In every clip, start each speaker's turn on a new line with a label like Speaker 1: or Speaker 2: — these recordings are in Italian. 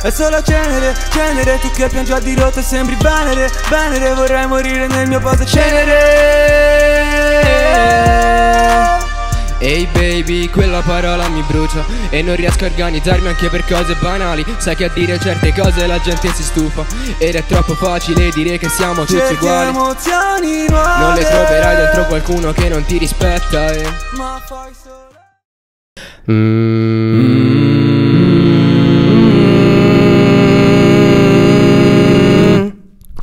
Speaker 1: È solo cenere, cenere Tu che piangi a dirotto e sembri venere Venere vorrei morire nel mio posto cenere
Speaker 2: Ehi baby, quella parola mi brucia E non riesco a organizzarmi anche per cose banali Sai che a dire certe cose la gente si stufa Ed è troppo facile dire che siamo tutti
Speaker 1: Cerchi
Speaker 2: uguali
Speaker 1: emozioni nuove
Speaker 2: Non le troverai dentro qualcuno che non ti rispetta eh.
Speaker 1: Ma fai solo
Speaker 3: Mm.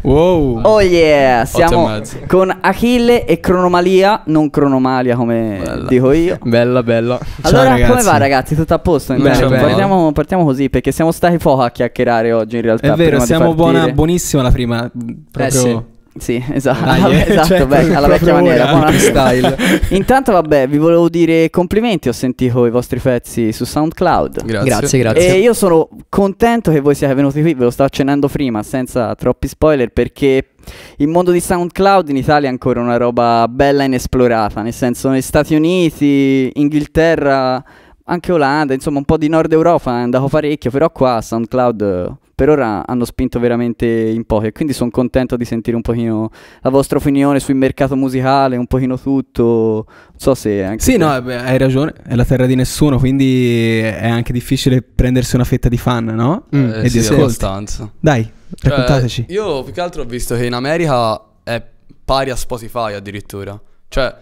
Speaker 2: Wow
Speaker 4: Oh yeah,
Speaker 2: Otto e
Speaker 4: siamo
Speaker 2: mezzo.
Speaker 4: con Achille e Cronomalia, non Cronomalia come dico io.
Speaker 2: Bella bella
Speaker 4: Allora, come va ragazzi? Tutto a posto? Intanto
Speaker 2: bene.
Speaker 4: Partiamo, partiamo così perché siamo stati poco a chiacchierare oggi in realtà.
Speaker 3: È vero,
Speaker 4: prima di
Speaker 3: siamo buona,
Speaker 4: partire. Eh
Speaker 3: buonissima la prima. Proprio...
Speaker 4: Sì, esatto,
Speaker 3: Ah,
Speaker 4: Vabbè,
Speaker 3: yeah,
Speaker 4: esatto,
Speaker 3: cioè,
Speaker 4: beh, alla vecchia
Speaker 3: proprio
Speaker 4: maniera.
Speaker 3: ora,
Speaker 4: buona-
Speaker 3: freestyle.
Speaker 4: Intanto vabbè, vi volevo dire complimenti, ho sentito i vostri pezzi su SoundCloud.
Speaker 2: Grazie Grazie,
Speaker 4: E io sono contento che voi siate venuti qui, ve lo stavo accennando prima, senza troppi spoiler, perché il mondo di SoundCloud in Italia è ancora una roba bella e inesplorata, nel senso negli Stati Uniti, Inghilterra, anche Olanda, insomma un po' di Nord Europa è andato parecchio, però qua SoundCloud eh, per ora hanno spinto veramente in poche, quindi sono contento di sentire un pochino la vostra opinione sul mercato musicale, un pochino tutto, non so se... Anche
Speaker 3: Sì,
Speaker 4: se-
Speaker 3: no, eh, beh, hai ragione, è la terra di nessuno, quindi è anche difficile prendersi una fetta di fan, no?
Speaker 2: Mm.
Speaker 3: e di ascolti.
Speaker 5: abbastanza.
Speaker 3: Dai, Eh, raccontateci.
Speaker 5: Eh, Cioè, io più che altro ho visto che in America è pari a Spotify addirittura. Cioè,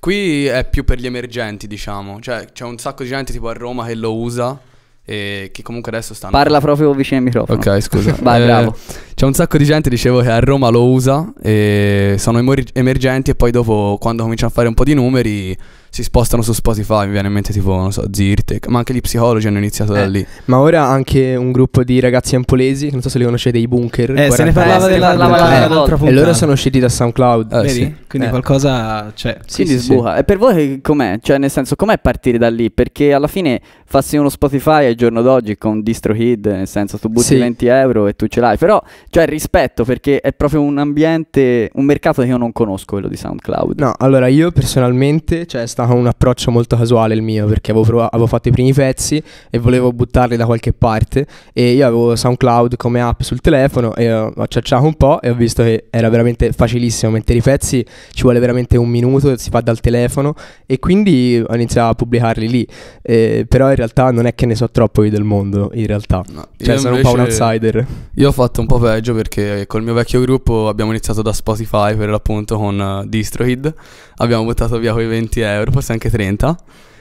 Speaker 5: qui è più per gli emergenti, diciamo. Cioè, c'è un sacco di gente tipo a Roma che lo usa e che comunque adesso stanno...
Speaker 4: Parla proprio vicino al microfono.
Speaker 5: Ok, scusa.
Speaker 4: Vai,
Speaker 5: Eh,
Speaker 4: bravo.
Speaker 5: C'è un sacco di gente, dicevo, che a Roma lo usa e sono emor- emergenti e poi dopo, quando cominciano a fare un po' di numeri, si spostano su Spotify. Mi viene in mente tipo, non so, Zirtec, ma anche gli psicologi hanno iniziato da
Speaker 6: Eh.
Speaker 5: lì.
Speaker 6: Ma ora anche un gruppo di ragazzi empolesi, non so se li conoscete, i bunker.
Speaker 3: Eh, se ne
Speaker 6: 40.
Speaker 3: parlava
Speaker 4: se ne
Speaker 3: della della-
Speaker 4: parlava l'altra
Speaker 3: dell'altra
Speaker 6: eh, E
Speaker 3: puntata.
Speaker 6: loro sono usciti da SoundCloud.
Speaker 5: Eh,
Speaker 3: Vedi?
Speaker 5: sì.
Speaker 3: Quindi
Speaker 6: Eh.
Speaker 3: qualcosa c'è.
Speaker 4: Quindi sbuca. E per voi che- com'è? Cioè, nel senso, com'è partire da lì? Perché alla fine farsi uno Spotify al giorno d'oggi con DistroKid, nel senso, tu butti
Speaker 6: Sì.
Speaker 4: 20 euro e tu ce l'hai. Però, cioè, rispetto, perché è proprio un ambiente, un mercato che io non conosco, quello di SoundCloud.
Speaker 6: No, allora io personalmente, cioè è stato un approccio molto casuale il mio, perché avevo, prova- avevo fatto i primi pezzi e volevo buttarli da qualche parte e io avevo SoundCloud come app sul telefono e ho ho cercato un po' e ho visto che era veramente facilissimo mettere i pezzi, ci vuole veramente un minuto, si fa dal telefono e quindi ho iniziato a pubblicarli lì, Eh, però in realtà non è che ne so troppo io del mondo, in realtà.
Speaker 5: No,
Speaker 6: Cioè
Speaker 5: io
Speaker 6: sono un po' un
Speaker 5: invece-
Speaker 6: outsider.
Speaker 5: Io ho fatto un po' peggio perché col mio vecchio gruppo abbiamo iniziato da Spotify per l'appunto con eh, DistroKid, abbiamo buttato via quei 20 euro, forse anche 30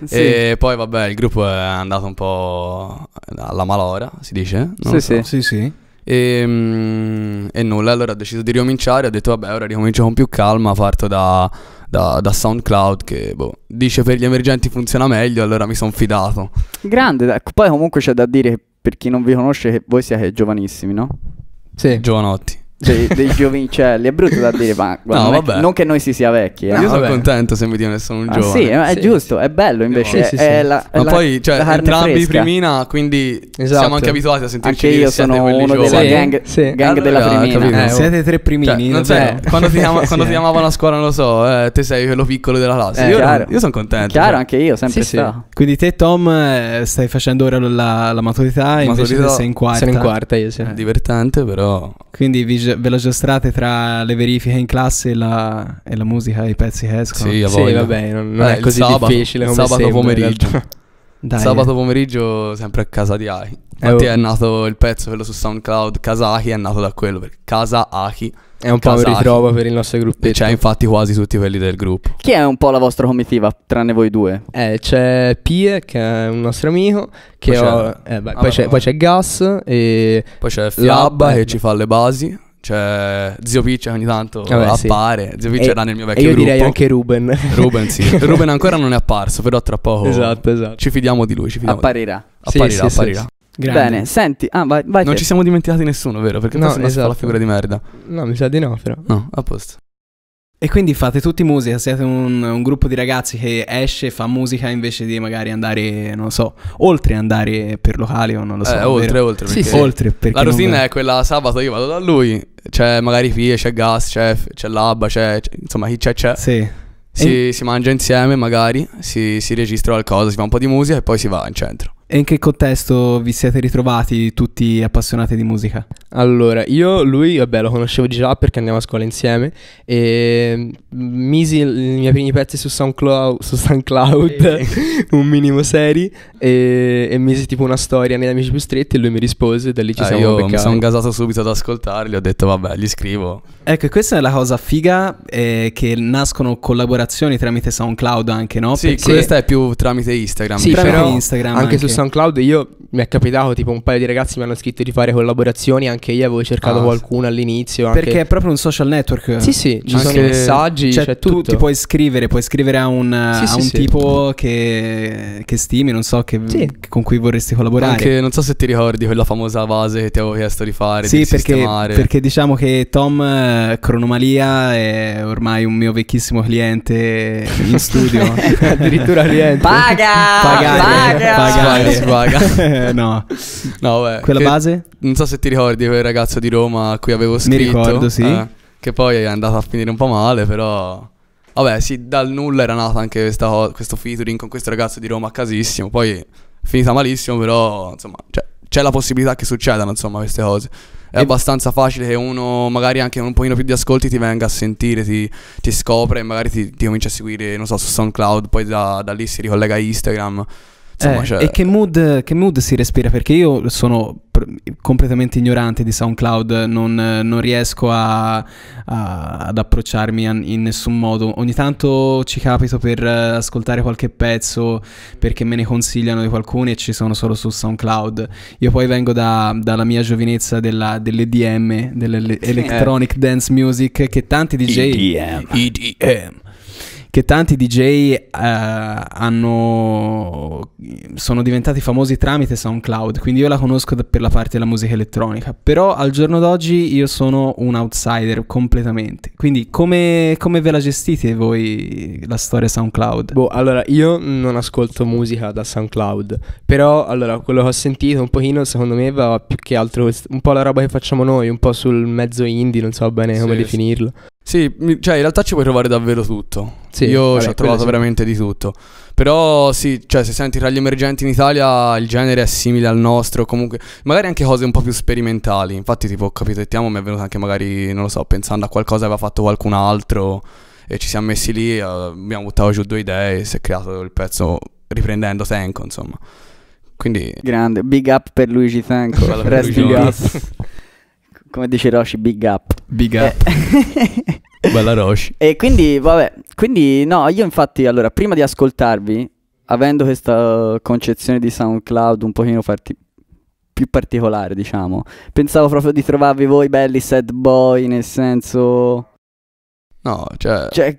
Speaker 5: e poi vabbè il gruppo è andato un po' alla malora, si dice? non lo so.
Speaker 4: sì.
Speaker 3: Sì, sì.
Speaker 5: Eh, E, mm, e nulla, allora ho deciso di ricominciare, ho detto vabbè ora ricomincio con più calma, parto da, da- da SoundCloud che boh, dice per gli emergenti funziona meglio, allora mi sono fidato.
Speaker 4: Grande. dai. Poi, comunque, c'è da dire, che per chi non vi conosce, che voi siete giovanissimi, no?
Speaker 6: Sì.
Speaker 5: Giovanotti.
Speaker 4: Dei, dei giovincelli. È brutto da dire, ma guarda,
Speaker 5: No,
Speaker 4: non, è-
Speaker 5: vabbè.
Speaker 4: non che noi si sia vecchi, eh.
Speaker 5: Io sono
Speaker 6: vabbè.
Speaker 5: contento se mi dicono che sono un
Speaker 4: Ah,
Speaker 5: giovane.
Speaker 4: sì, è
Speaker 6: Sì,
Speaker 4: giusto, è bello invece.
Speaker 6: Sì, sì,
Speaker 4: è-
Speaker 6: sì.
Speaker 4: è la- è
Speaker 5: Ma
Speaker 4: la-
Speaker 5: poi, cioè,
Speaker 4: la carne
Speaker 5: entrambi
Speaker 4: fresca.
Speaker 5: primina, quindi
Speaker 6: Esatto.
Speaker 5: siamo anche abituati a sentirci
Speaker 4: Anche
Speaker 5: dire
Speaker 4: io
Speaker 5: siete
Speaker 4: sono
Speaker 5: quelli
Speaker 4: uno della
Speaker 5: giovani.
Speaker 4: gang,
Speaker 6: Sì.
Speaker 4: gang
Speaker 5: Allora,
Speaker 4: della
Speaker 5: capito.
Speaker 4: primina.
Speaker 5: Eh,
Speaker 3: Siete tre
Speaker 5: Cioè,
Speaker 3: primini.
Speaker 5: non
Speaker 3: davvero.
Speaker 5: sai, quando ti, chiama- quando
Speaker 3: Sì,
Speaker 5: ti
Speaker 3: eh.
Speaker 5: chiamavano a scuola, non lo so, eh, te sei quello piccolo della classe.
Speaker 4: Eh,
Speaker 5: io
Speaker 4: chiaro.
Speaker 5: sono contento.
Speaker 4: Chiaro,
Speaker 5: cioè.
Speaker 4: anche io, sempre
Speaker 6: Sì, sì.
Speaker 4: stato.
Speaker 3: Quindi te, Tom, eh, stai facendo ora la, la maturità, e invece
Speaker 5: Maturità.
Speaker 3: sei in quarta.
Speaker 6: Sono in quarta io,
Speaker 4: cioè.
Speaker 6: sì.
Speaker 5: È Divertente, però.
Speaker 3: Quindi vi, ge- ve la giostrate tra le verifiche in classe e la, e la musica, i pezzi che escono.
Speaker 5: Sì, a
Speaker 6: Sì,
Speaker 5: voglia.
Speaker 6: vabbè, non, non
Speaker 5: Eh,
Speaker 6: è
Speaker 5: il
Speaker 6: così
Speaker 5: sabato,
Speaker 6: difficile
Speaker 5: il
Speaker 6: come
Speaker 5: sabato
Speaker 6: sembra, in
Speaker 5: pomeriggio.
Speaker 6: realtà.
Speaker 3: Dai.
Speaker 5: Sabato pomeriggio, sempre a casa di Ahi. Infatti,
Speaker 6: oh.
Speaker 5: è nato il pezzo, quello su SoundCloud. Kasaki è nato da quello. Perché Casa Ahi.
Speaker 6: È un po' un
Speaker 5: Casati.
Speaker 6: ritrovo per il nostro gruppo.
Speaker 5: E c'è infatti quasi tutti quelli del gruppo.
Speaker 4: Chi è un po' la vostra comitiva, tranne voi due?
Speaker 6: Eh, c'è Pie, che è un nostro amico. Che
Speaker 5: Poi c'è-
Speaker 6: ho- eh, beh,
Speaker 5: Ah,
Speaker 6: poi, c'è,
Speaker 5: vabbè.
Speaker 6: poi c'è Gas. E
Speaker 5: Poi c'è Fiabba
Speaker 6: Lab, eh.
Speaker 5: che ci fa le basi. C'è Zio Piccia che ogni tanto
Speaker 6: Vabbè, sì.
Speaker 5: appare. Zio Piccia
Speaker 6: E-
Speaker 5: era nel mio
Speaker 6: e
Speaker 5: vecchio
Speaker 6: io
Speaker 5: gruppo.
Speaker 6: direi anche Ruben.
Speaker 5: Ruben, sì. Ruben ancora non è apparso, però tra poco.
Speaker 6: esatto, esatto.
Speaker 5: Ci fidiamo di lui. Ci fidiamo
Speaker 4: Apparirà.
Speaker 5: di
Speaker 6: Sì,
Speaker 5: lui. Apparirà,
Speaker 6: sì, sì,
Speaker 5: apparirà.
Speaker 3: Grande.
Speaker 4: Bene, senti, ah, vai, vai
Speaker 5: Non
Speaker 4: te.
Speaker 5: ci siamo dimenticati di nessuno, vero? Perché
Speaker 6: No,
Speaker 5: no, sennò si fa la
Speaker 6: esatto.
Speaker 5: figura di merda.
Speaker 6: No, mi sa di no, però.
Speaker 5: No, a posto.
Speaker 3: E quindi fate tutti musica, siete un, un gruppo di ragazzi che esce e fa musica invece di magari andare, non lo so, oltre andare per locali o non lo so.
Speaker 5: eh,
Speaker 3: vero?
Speaker 5: oltre, oltre.
Speaker 3: Sì,
Speaker 5: perché-
Speaker 3: sì. oltre perché
Speaker 5: La
Speaker 3: non-
Speaker 5: routine è quella sabato io vado da lui. C'è magari Fie, c'è Gas, c'è, c'è Labba, c'è, c'è- Insomma, chi c'è c'è.
Speaker 3: Sì.
Speaker 5: Si, si mangia insieme magari, si, si registra qualcosa, si fa un po' di musica e poi si va in centro.
Speaker 3: E in che contesto vi siete ritrovati tutti appassionati di musica?
Speaker 6: Allora, io lui, vabbè, lo conoscevo già perché andiamo a scuola insieme e misi i miei primi pezzi su SoundCloud, su SoundCloud un minimo seri e, e misi tipo una storia negli amici più stretti e lui mi rispose e da lì ci
Speaker 5: Eh,
Speaker 6: siamo
Speaker 5: io mi
Speaker 6: beccati.
Speaker 5: sono gasato subito ad ascoltarli, ho detto vabbè, gli scrivo.
Speaker 3: Ecco, e questa è la cosa figa eh, che nascono collaborazioni tramite SoundCloud anche, no?
Speaker 5: sì,
Speaker 3: Perché-
Speaker 5: questa è più tramite Instagram.
Speaker 6: Sì,
Speaker 5: diciamo.
Speaker 3: tramite
Speaker 6: però
Speaker 3: Instagram
Speaker 6: anche, su
Speaker 3: anche.
Speaker 6: SoundCloud io mi è capitato tipo un paio di ragazzi mi hanno scritto di fare collaborazioni, anche io avevo cercato
Speaker 5: Ah,
Speaker 6: qualcuno all'inizio. anche-
Speaker 3: Perché è proprio un social network.
Speaker 6: Sì, sì, ci
Speaker 5: Anche-
Speaker 6: sono messaggi,
Speaker 3: Cioè,
Speaker 6: c'è
Speaker 3: tu
Speaker 6: tutto.
Speaker 3: ti puoi scrivere, puoi scrivere a un,
Speaker 6: Sì,
Speaker 3: a
Speaker 6: sì,
Speaker 3: un
Speaker 6: sì.
Speaker 3: tipo che, che stimi, non so, che-
Speaker 6: Sì.
Speaker 3: con cui vorresti collaborare.
Speaker 5: Anche, non so se ti ricordi quella famosa base che ti avevo chiesto di fare,
Speaker 3: Sì,
Speaker 5: di
Speaker 3: perché,
Speaker 5: sistemare.
Speaker 3: perché diciamo che Tom eh, Cronomalia è ormai un mio vecchissimo cliente in studio.
Speaker 6: addirittura rientro.
Speaker 4: Paga!
Speaker 6: Ah,
Speaker 3: Pagare,
Speaker 4: Paga!
Speaker 3: pagare.
Speaker 5: Svaga,
Speaker 3: no,
Speaker 5: No, beh,
Speaker 3: quella
Speaker 5: che-
Speaker 3: base?
Speaker 5: Non so se ti ricordi quel ragazzo di Roma a cui avevo scritto. eh,
Speaker 3: ricordo, sì.
Speaker 5: che poi è andata a finire un po' male, però. Vabbè, sì, dal nulla era nata anche questa co- questo featuring con questo ragazzo di Roma a casissimo. Poi è finita malissimo, però insomma, cioè, c'è la possibilità che succedano, insomma, queste cose. È abbastanza facile che uno, magari anche con un pochino più di ascolti, ti venga a sentire, ti, ti scopre e magari ti, ti comincia a seguire, non so, su SoundCloud, poi da, da lì si ricollega a Instagram. Insomma,
Speaker 3: Eh,
Speaker 5: cioè,
Speaker 3: E che mood, che mood si respira? Perché io sono pr- completamente ignorante di SoundCloud, non, eh, non riesco a- a- ad approcciarmi an- in nessun modo. Ogni tanto ci capito per eh, ascoltare qualche pezzo perché me ne consigliano di qualcuno e ci sono solo su SoundCloud. Io poi vengo da- dalla mia giovinezza della- dell'EDM,
Speaker 5: eh.
Speaker 3: dell'Electronic Dance Music, che tanti DJ... EDM. Che tanti DJ eh, hanno, sono diventati famosi tramite SoundCloud, quindi io la conosco da- per la parte della musica elettronica, però al giorno d'oggi io sono un outsider completamente, quindi come, come ve la gestite voi la storia SoundCloud?
Speaker 6: Boh, allora io non ascolto musica da SoundCloud, però allora quello che ho sentito un pochino secondo me va più che altro quest- un po' la roba che facciamo noi, un po' sul mezzo indie, non so bene come
Speaker 5: Sì, sì.
Speaker 6: definirlo.
Speaker 5: Sì, mi- cioè in realtà ci puoi trovare davvero tutto.
Speaker 6: Sì,
Speaker 5: Io
Speaker 6: vabbè,
Speaker 5: ci ho
Speaker 6: quello
Speaker 5: trovato
Speaker 6: sì.
Speaker 5: veramente di tutto. Però sì, cioè se senti tra gli emergenti in Italia il genere è simile al nostro, comunque magari anche cose un po' più sperimentali. Infatti tipo ho capito e Tiamo mi è venuto anche magari, non lo so, pensando a qualcosa che aveva fatto qualcun altro e ci siamo messi lì, eh, abbiamo buttato giù due idee e si è creato il pezzo riprendendo Tenko, insomma. Quindi
Speaker 4: Grande, big up per Luigi Tanco.
Speaker 5: Bella per
Speaker 4: Rest
Speaker 5: Luigi.
Speaker 4: in
Speaker 5: Big
Speaker 4: peace. Come dice Roshi, big up. Eh.
Speaker 5: Big Up, Eh. bella Roshi.
Speaker 4: E quindi, vabbè, quindi no, io infatti, allora, prima di ascoltarvi, avendo questa concezione di SoundCloud un pochino farti- più particolare, diciamo, pensavo proprio di trovarvi voi belli sad boy, nel senso...
Speaker 5: No, cioè...
Speaker 4: Cioè,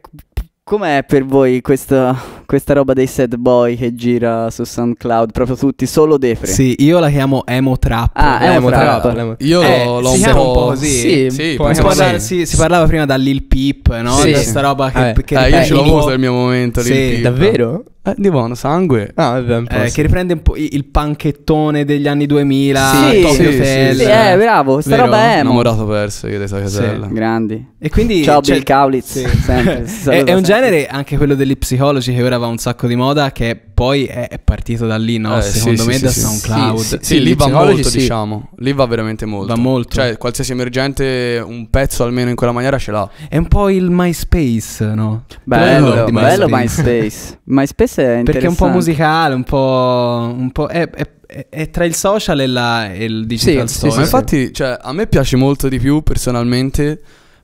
Speaker 4: com'è per voi questa, questa roba dei sad boy che gira su SoundCloud? Proprio tutti, solo Defre?
Speaker 3: Sì, io la chiamo emo trap.
Speaker 4: Ah, è
Speaker 6: Emo
Speaker 4: un
Speaker 6: trap,
Speaker 4: trap.
Speaker 6: l'emo-
Speaker 5: Io
Speaker 3: Eh,
Speaker 5: l'ho
Speaker 3: si
Speaker 5: un
Speaker 3: chiama
Speaker 5: po'...
Speaker 3: un po' così?
Speaker 5: Sì, sì,
Speaker 6: può
Speaker 3: Si,
Speaker 5: penso
Speaker 6: anche
Speaker 5: sì.
Speaker 3: parla- si- si parlava prima da Lil Peep, no?
Speaker 6: Sì.
Speaker 3: Di questa roba che,
Speaker 6: Eh,
Speaker 3: che
Speaker 5: Eh, io
Speaker 3: riprende
Speaker 5: ce l'ho
Speaker 3: un po'-
Speaker 5: avuto il mio momento lì.
Speaker 3: Sì,
Speaker 5: in FIFA.
Speaker 6: Davvero?
Speaker 5: Eh, di buono sangue.
Speaker 6: Ah, vabbè, un po'.
Speaker 3: Eh,
Speaker 6: sì.
Speaker 3: che riprende un po' i- il panchettone degli anni 2000,
Speaker 4: Sì,
Speaker 3: Tokyo
Speaker 5: sì,
Speaker 3: Hotel.
Speaker 4: Sì, eh, bravo, sta
Speaker 3: Vero?
Speaker 4: roba è emo.
Speaker 5: Innamorato perso io dei suoi
Speaker 3: Sì.
Speaker 5: casella.
Speaker 4: Grandi.
Speaker 3: E quindi
Speaker 4: Ciao
Speaker 3: cioè,
Speaker 4: Bill Kaulitz,
Speaker 3: sì.
Speaker 4: sempre. si
Speaker 3: È- è,
Speaker 4: saluta
Speaker 3: un
Speaker 4: sempre.
Speaker 3: genere anche quello degli psicologi che ora va un sacco di moda che poi è, è partito da lì, no?
Speaker 5: Eh, sì,
Speaker 3: Secondo
Speaker 5: sì,
Speaker 3: me
Speaker 5: sì,
Speaker 3: da
Speaker 5: sì.
Speaker 3: SoundCloud.
Speaker 6: Sì,
Speaker 5: Sì, lì
Speaker 6: gli
Speaker 5: va
Speaker 6: psicologi
Speaker 5: molto,
Speaker 6: sì.
Speaker 5: diciamo. Lì va veramente molto.
Speaker 3: Va molto.
Speaker 5: Cioè, qualsiasi emergente, un pezzo almeno in quella maniera ce l'ha.
Speaker 3: È un po' il MySpace, no?
Speaker 4: Bello,
Speaker 3: Quello di
Speaker 4: bello
Speaker 3: MySpace.
Speaker 4: MySpace. MySpace è interessante.
Speaker 3: Perché è un po' musicale, un po'... un po' è, è- è- è tra il social e, la- e il digital
Speaker 6: sì,
Speaker 3: store.
Speaker 5: Ma infatti, cioè, a me piace molto di più personalmente.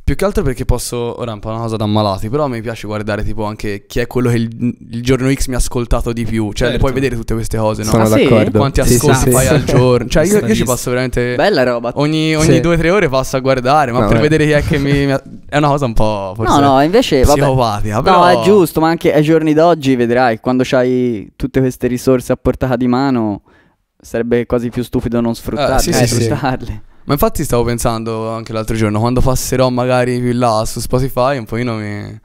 Speaker 5: Più che altro perché posso. Ora è un po' una cosa da malati. Però mi piace guardare, tipo, anche chi è quello che il, il giorno X mi ha ascoltato di più. Cioè,
Speaker 3: Certo.
Speaker 5: puoi vedere tutte queste cose, no?
Speaker 6: Sono
Speaker 4: Ah, sì?
Speaker 6: d'accordo.
Speaker 5: Quanti
Speaker 6: Sì,
Speaker 5: ascolti
Speaker 6: sì,
Speaker 5: fai
Speaker 6: sì.
Speaker 5: al giorno. Cioè, io, io ci
Speaker 3: Bellissimo.
Speaker 5: passo veramente.
Speaker 4: Bella roba.
Speaker 5: Ogni, ogni
Speaker 6: Sì.
Speaker 5: due o tre ore passo a guardare, ma
Speaker 6: No,
Speaker 5: per
Speaker 6: eh.
Speaker 5: vedere chi è che mi, mi ha- È una cosa un po'.
Speaker 4: No,
Speaker 5: Forse
Speaker 4: no, invece vabbè.
Speaker 5: psicopatica.
Speaker 4: No,
Speaker 5: però-
Speaker 4: è giusto, ma anche ai giorni d'oggi vedrai, quando hai tutte queste risorse a portata di mano, sarebbe quasi più stupido non sfruttarle.
Speaker 5: Ah, sì, sì,
Speaker 4: eh,
Speaker 6: sì.
Speaker 4: sfruttarle.
Speaker 5: Ma infatti stavo pensando anche l'altro giorno, quando passerò magari più in là su Spotify, un pochino mi,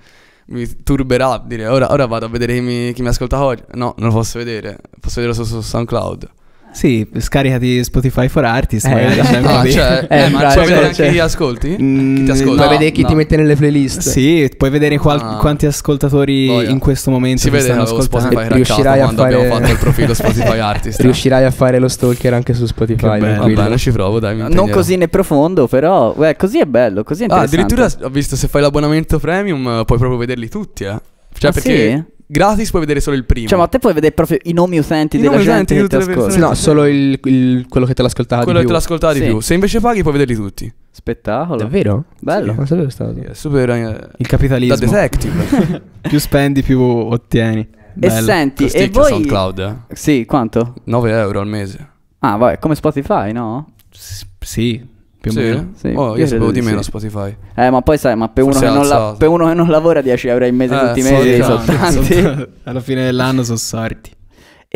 Speaker 5: mi turberà dire ora, ora vado a vedere chi mi, chi mi ascolta oggi. No, non lo posso vedere, posso vederlo solo su SoundCloud.
Speaker 3: Sì, scaricati Spotify for Artists,
Speaker 6: Eh,
Speaker 3: magari
Speaker 6: esatto.
Speaker 5: Ah, cioè,
Speaker 3: c'è anche lì.
Speaker 6: Eh,
Speaker 5: eh, ma puoi
Speaker 6: bravo, cioè,
Speaker 5: vedere anche
Speaker 6: cioè-
Speaker 5: chi ascolti?
Speaker 3: Mm,
Speaker 5: chi ti ascolta?
Speaker 6: Puoi
Speaker 5: No,
Speaker 6: vedere chi
Speaker 5: no.
Speaker 6: ti mette nelle playlist.
Speaker 3: Sì, puoi vedere qual-
Speaker 5: Ah.
Speaker 3: quanti ascoltatori
Speaker 5: Voglia.
Speaker 3: in questo momento
Speaker 5: Si
Speaker 3: ti
Speaker 5: vede che
Speaker 3: stanno
Speaker 5: avevo
Speaker 3: ascoltando.
Speaker 5: Spotify rankato
Speaker 6: Eh, Riuscirai a
Speaker 5: quando abbiamo
Speaker 6: fare-
Speaker 5: fatto il profilo Spotify Artist.
Speaker 6: Riuscirai a fare lo stalker anche su Spotify.
Speaker 3: Che bello.
Speaker 5: Va
Speaker 6: tranquillo.
Speaker 5: bene, ci provo, dai. mi
Speaker 4: Non
Speaker 5: impegnerò.
Speaker 4: così nel profondo, però eh, così è bello, così è
Speaker 5: Ah,
Speaker 4: interessante.
Speaker 5: addirittura s- ho visto se fai l'abbonamento premium eh, puoi proprio vederli tutti, eh. Cioè,
Speaker 4: Ah,
Speaker 5: perché gratis puoi vedere solo il primo.
Speaker 4: Cioè, ma te puoi vedere proprio i nomi utenti
Speaker 5: I
Speaker 4: della
Speaker 5: nomi utenti
Speaker 4: gente
Speaker 5: di
Speaker 4: che ti
Speaker 5: tutte le
Speaker 4: ascolta.
Speaker 5: persone.
Speaker 6: No, solo il, il- quello che te l'ascoltava
Speaker 5: quello
Speaker 6: di
Speaker 5: che te
Speaker 6: più.
Speaker 5: l'ascoltava di
Speaker 4: Sì.
Speaker 5: più. Se invece paghi puoi vederli tutti.
Speaker 4: Spettacolo.
Speaker 6: Davvero?
Speaker 4: Bello.
Speaker 6: Sì, non sapevo questa cosa.
Speaker 5: Sì, è super eh,
Speaker 3: Il
Speaker 5: da
Speaker 3: capitalismo.
Speaker 5: detective.
Speaker 3: Più spendi, più ottieni.
Speaker 4: E
Speaker 3: Bello.
Speaker 4: senti, e
Speaker 5: Costicchia
Speaker 4: voi
Speaker 5: SoundCloud, eh.
Speaker 4: Sì, quanto?
Speaker 5: 9 euro al mese.
Speaker 4: Ah, vabbè, come Spotify, no?
Speaker 3: S- sì, più o
Speaker 5: Sì?
Speaker 3: meno.
Speaker 4: Sì,
Speaker 5: Oh, io,
Speaker 4: io
Speaker 5: sapevo
Speaker 4: credo
Speaker 5: di
Speaker 4: di
Speaker 5: meno
Speaker 4: sì.
Speaker 5: Spotify.
Speaker 4: Eh, ma poi sai, ma per, uno
Speaker 5: Forse
Speaker 4: che, non la-
Speaker 5: alzato.
Speaker 4: per uno che non lavora 10 euro al mese
Speaker 5: Eh,
Speaker 4: tutti i
Speaker 5: sì,
Speaker 4: mesi
Speaker 5: no,
Speaker 4: sono tanti.
Speaker 3: esatto. Alla fine dell'anno sono sorti.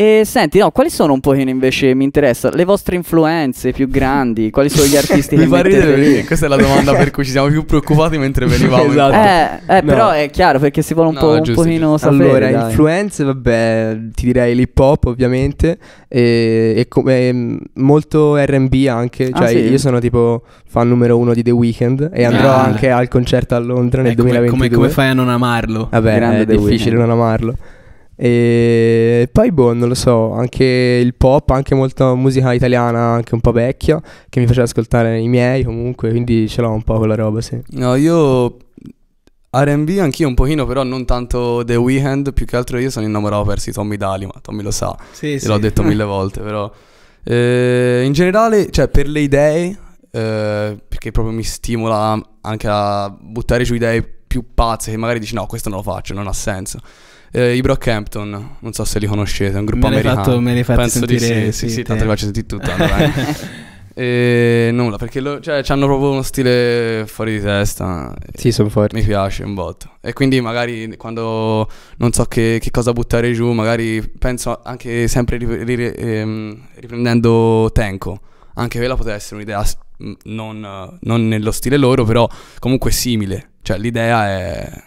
Speaker 4: E senti, no, quali sono un pochino invece mi interessa? Le vostre influenze più grandi? Quali sono gli artisti che
Speaker 5: Mi fa
Speaker 4: mettete
Speaker 5: ridere
Speaker 4: lì?
Speaker 5: perché questa è la domanda per cui ci siamo più preoccupati mentre venivamo.
Speaker 6: Esatto.
Speaker 4: Eh, eh,
Speaker 6: No.
Speaker 4: però è chiaro perché si vuole un,
Speaker 5: No,
Speaker 4: po', un
Speaker 5: giusto,
Speaker 4: pochino sapere.
Speaker 6: Allora,
Speaker 4: dai.
Speaker 6: influenze, vabbè, ti direi l'hip hop ovviamente e, e come- m, molto R&B anche,
Speaker 4: Ah,
Speaker 6: cioè
Speaker 4: sì?
Speaker 6: io sono tipo fan numero uno di The Weeknd e andrò
Speaker 3: Ah.
Speaker 6: anche al concerto a Londra nel Ah.
Speaker 3: Eh, come- come,
Speaker 6: 2022.
Speaker 3: come, fai a non amarlo?
Speaker 6: Vabbè,
Speaker 4: Grande
Speaker 6: è
Speaker 4: The
Speaker 6: difficile
Speaker 4: Weeknd.
Speaker 6: non amarlo. E poi, boh, non lo so, anche il pop, anche molta musica italiana, anche un po' vecchia, che mi faceva ascoltare i miei comunque, quindi ce l'ho un po' quella roba, sì.
Speaker 5: No, io R&B anch'io un pochino, però non tanto The Weeknd, più che altro io sono innamorato persi Tommy Dali, ma Tommy lo sa,
Speaker 3: Sì,
Speaker 5: l'ho detto mille volte, però eh, in generale, cioè per le idee, eh, perché proprio mi stimola anche a buttare giù idee più pazze che magari dici no, questo non lo faccio, non ha senso. Eh, I Brockhampton, non so se li conoscete, è un gruppo
Speaker 3: Me l'hai
Speaker 5: americano.
Speaker 3: fatto- me l'hai fatto
Speaker 5: Penso di
Speaker 3: sentire,
Speaker 5: sì, sì,
Speaker 3: sì,
Speaker 5: sì,
Speaker 3: te.
Speaker 5: tanto li faccio sentire tutto. allora, eh. E nulla, perché lo- cioè, hanno proprio uno stile fuori di testa. eh.
Speaker 6: Sì, sono forti.
Speaker 5: Mi piace un botto. E quindi magari quando non so che, che cosa buttare giù, magari penso anche sempre ri- ri- ehm, riprendendo Tenko. Anche quella poteva essere un'idea s- m, non, eh, non nello stile loro, però comunque simile. Cioè l'idea è...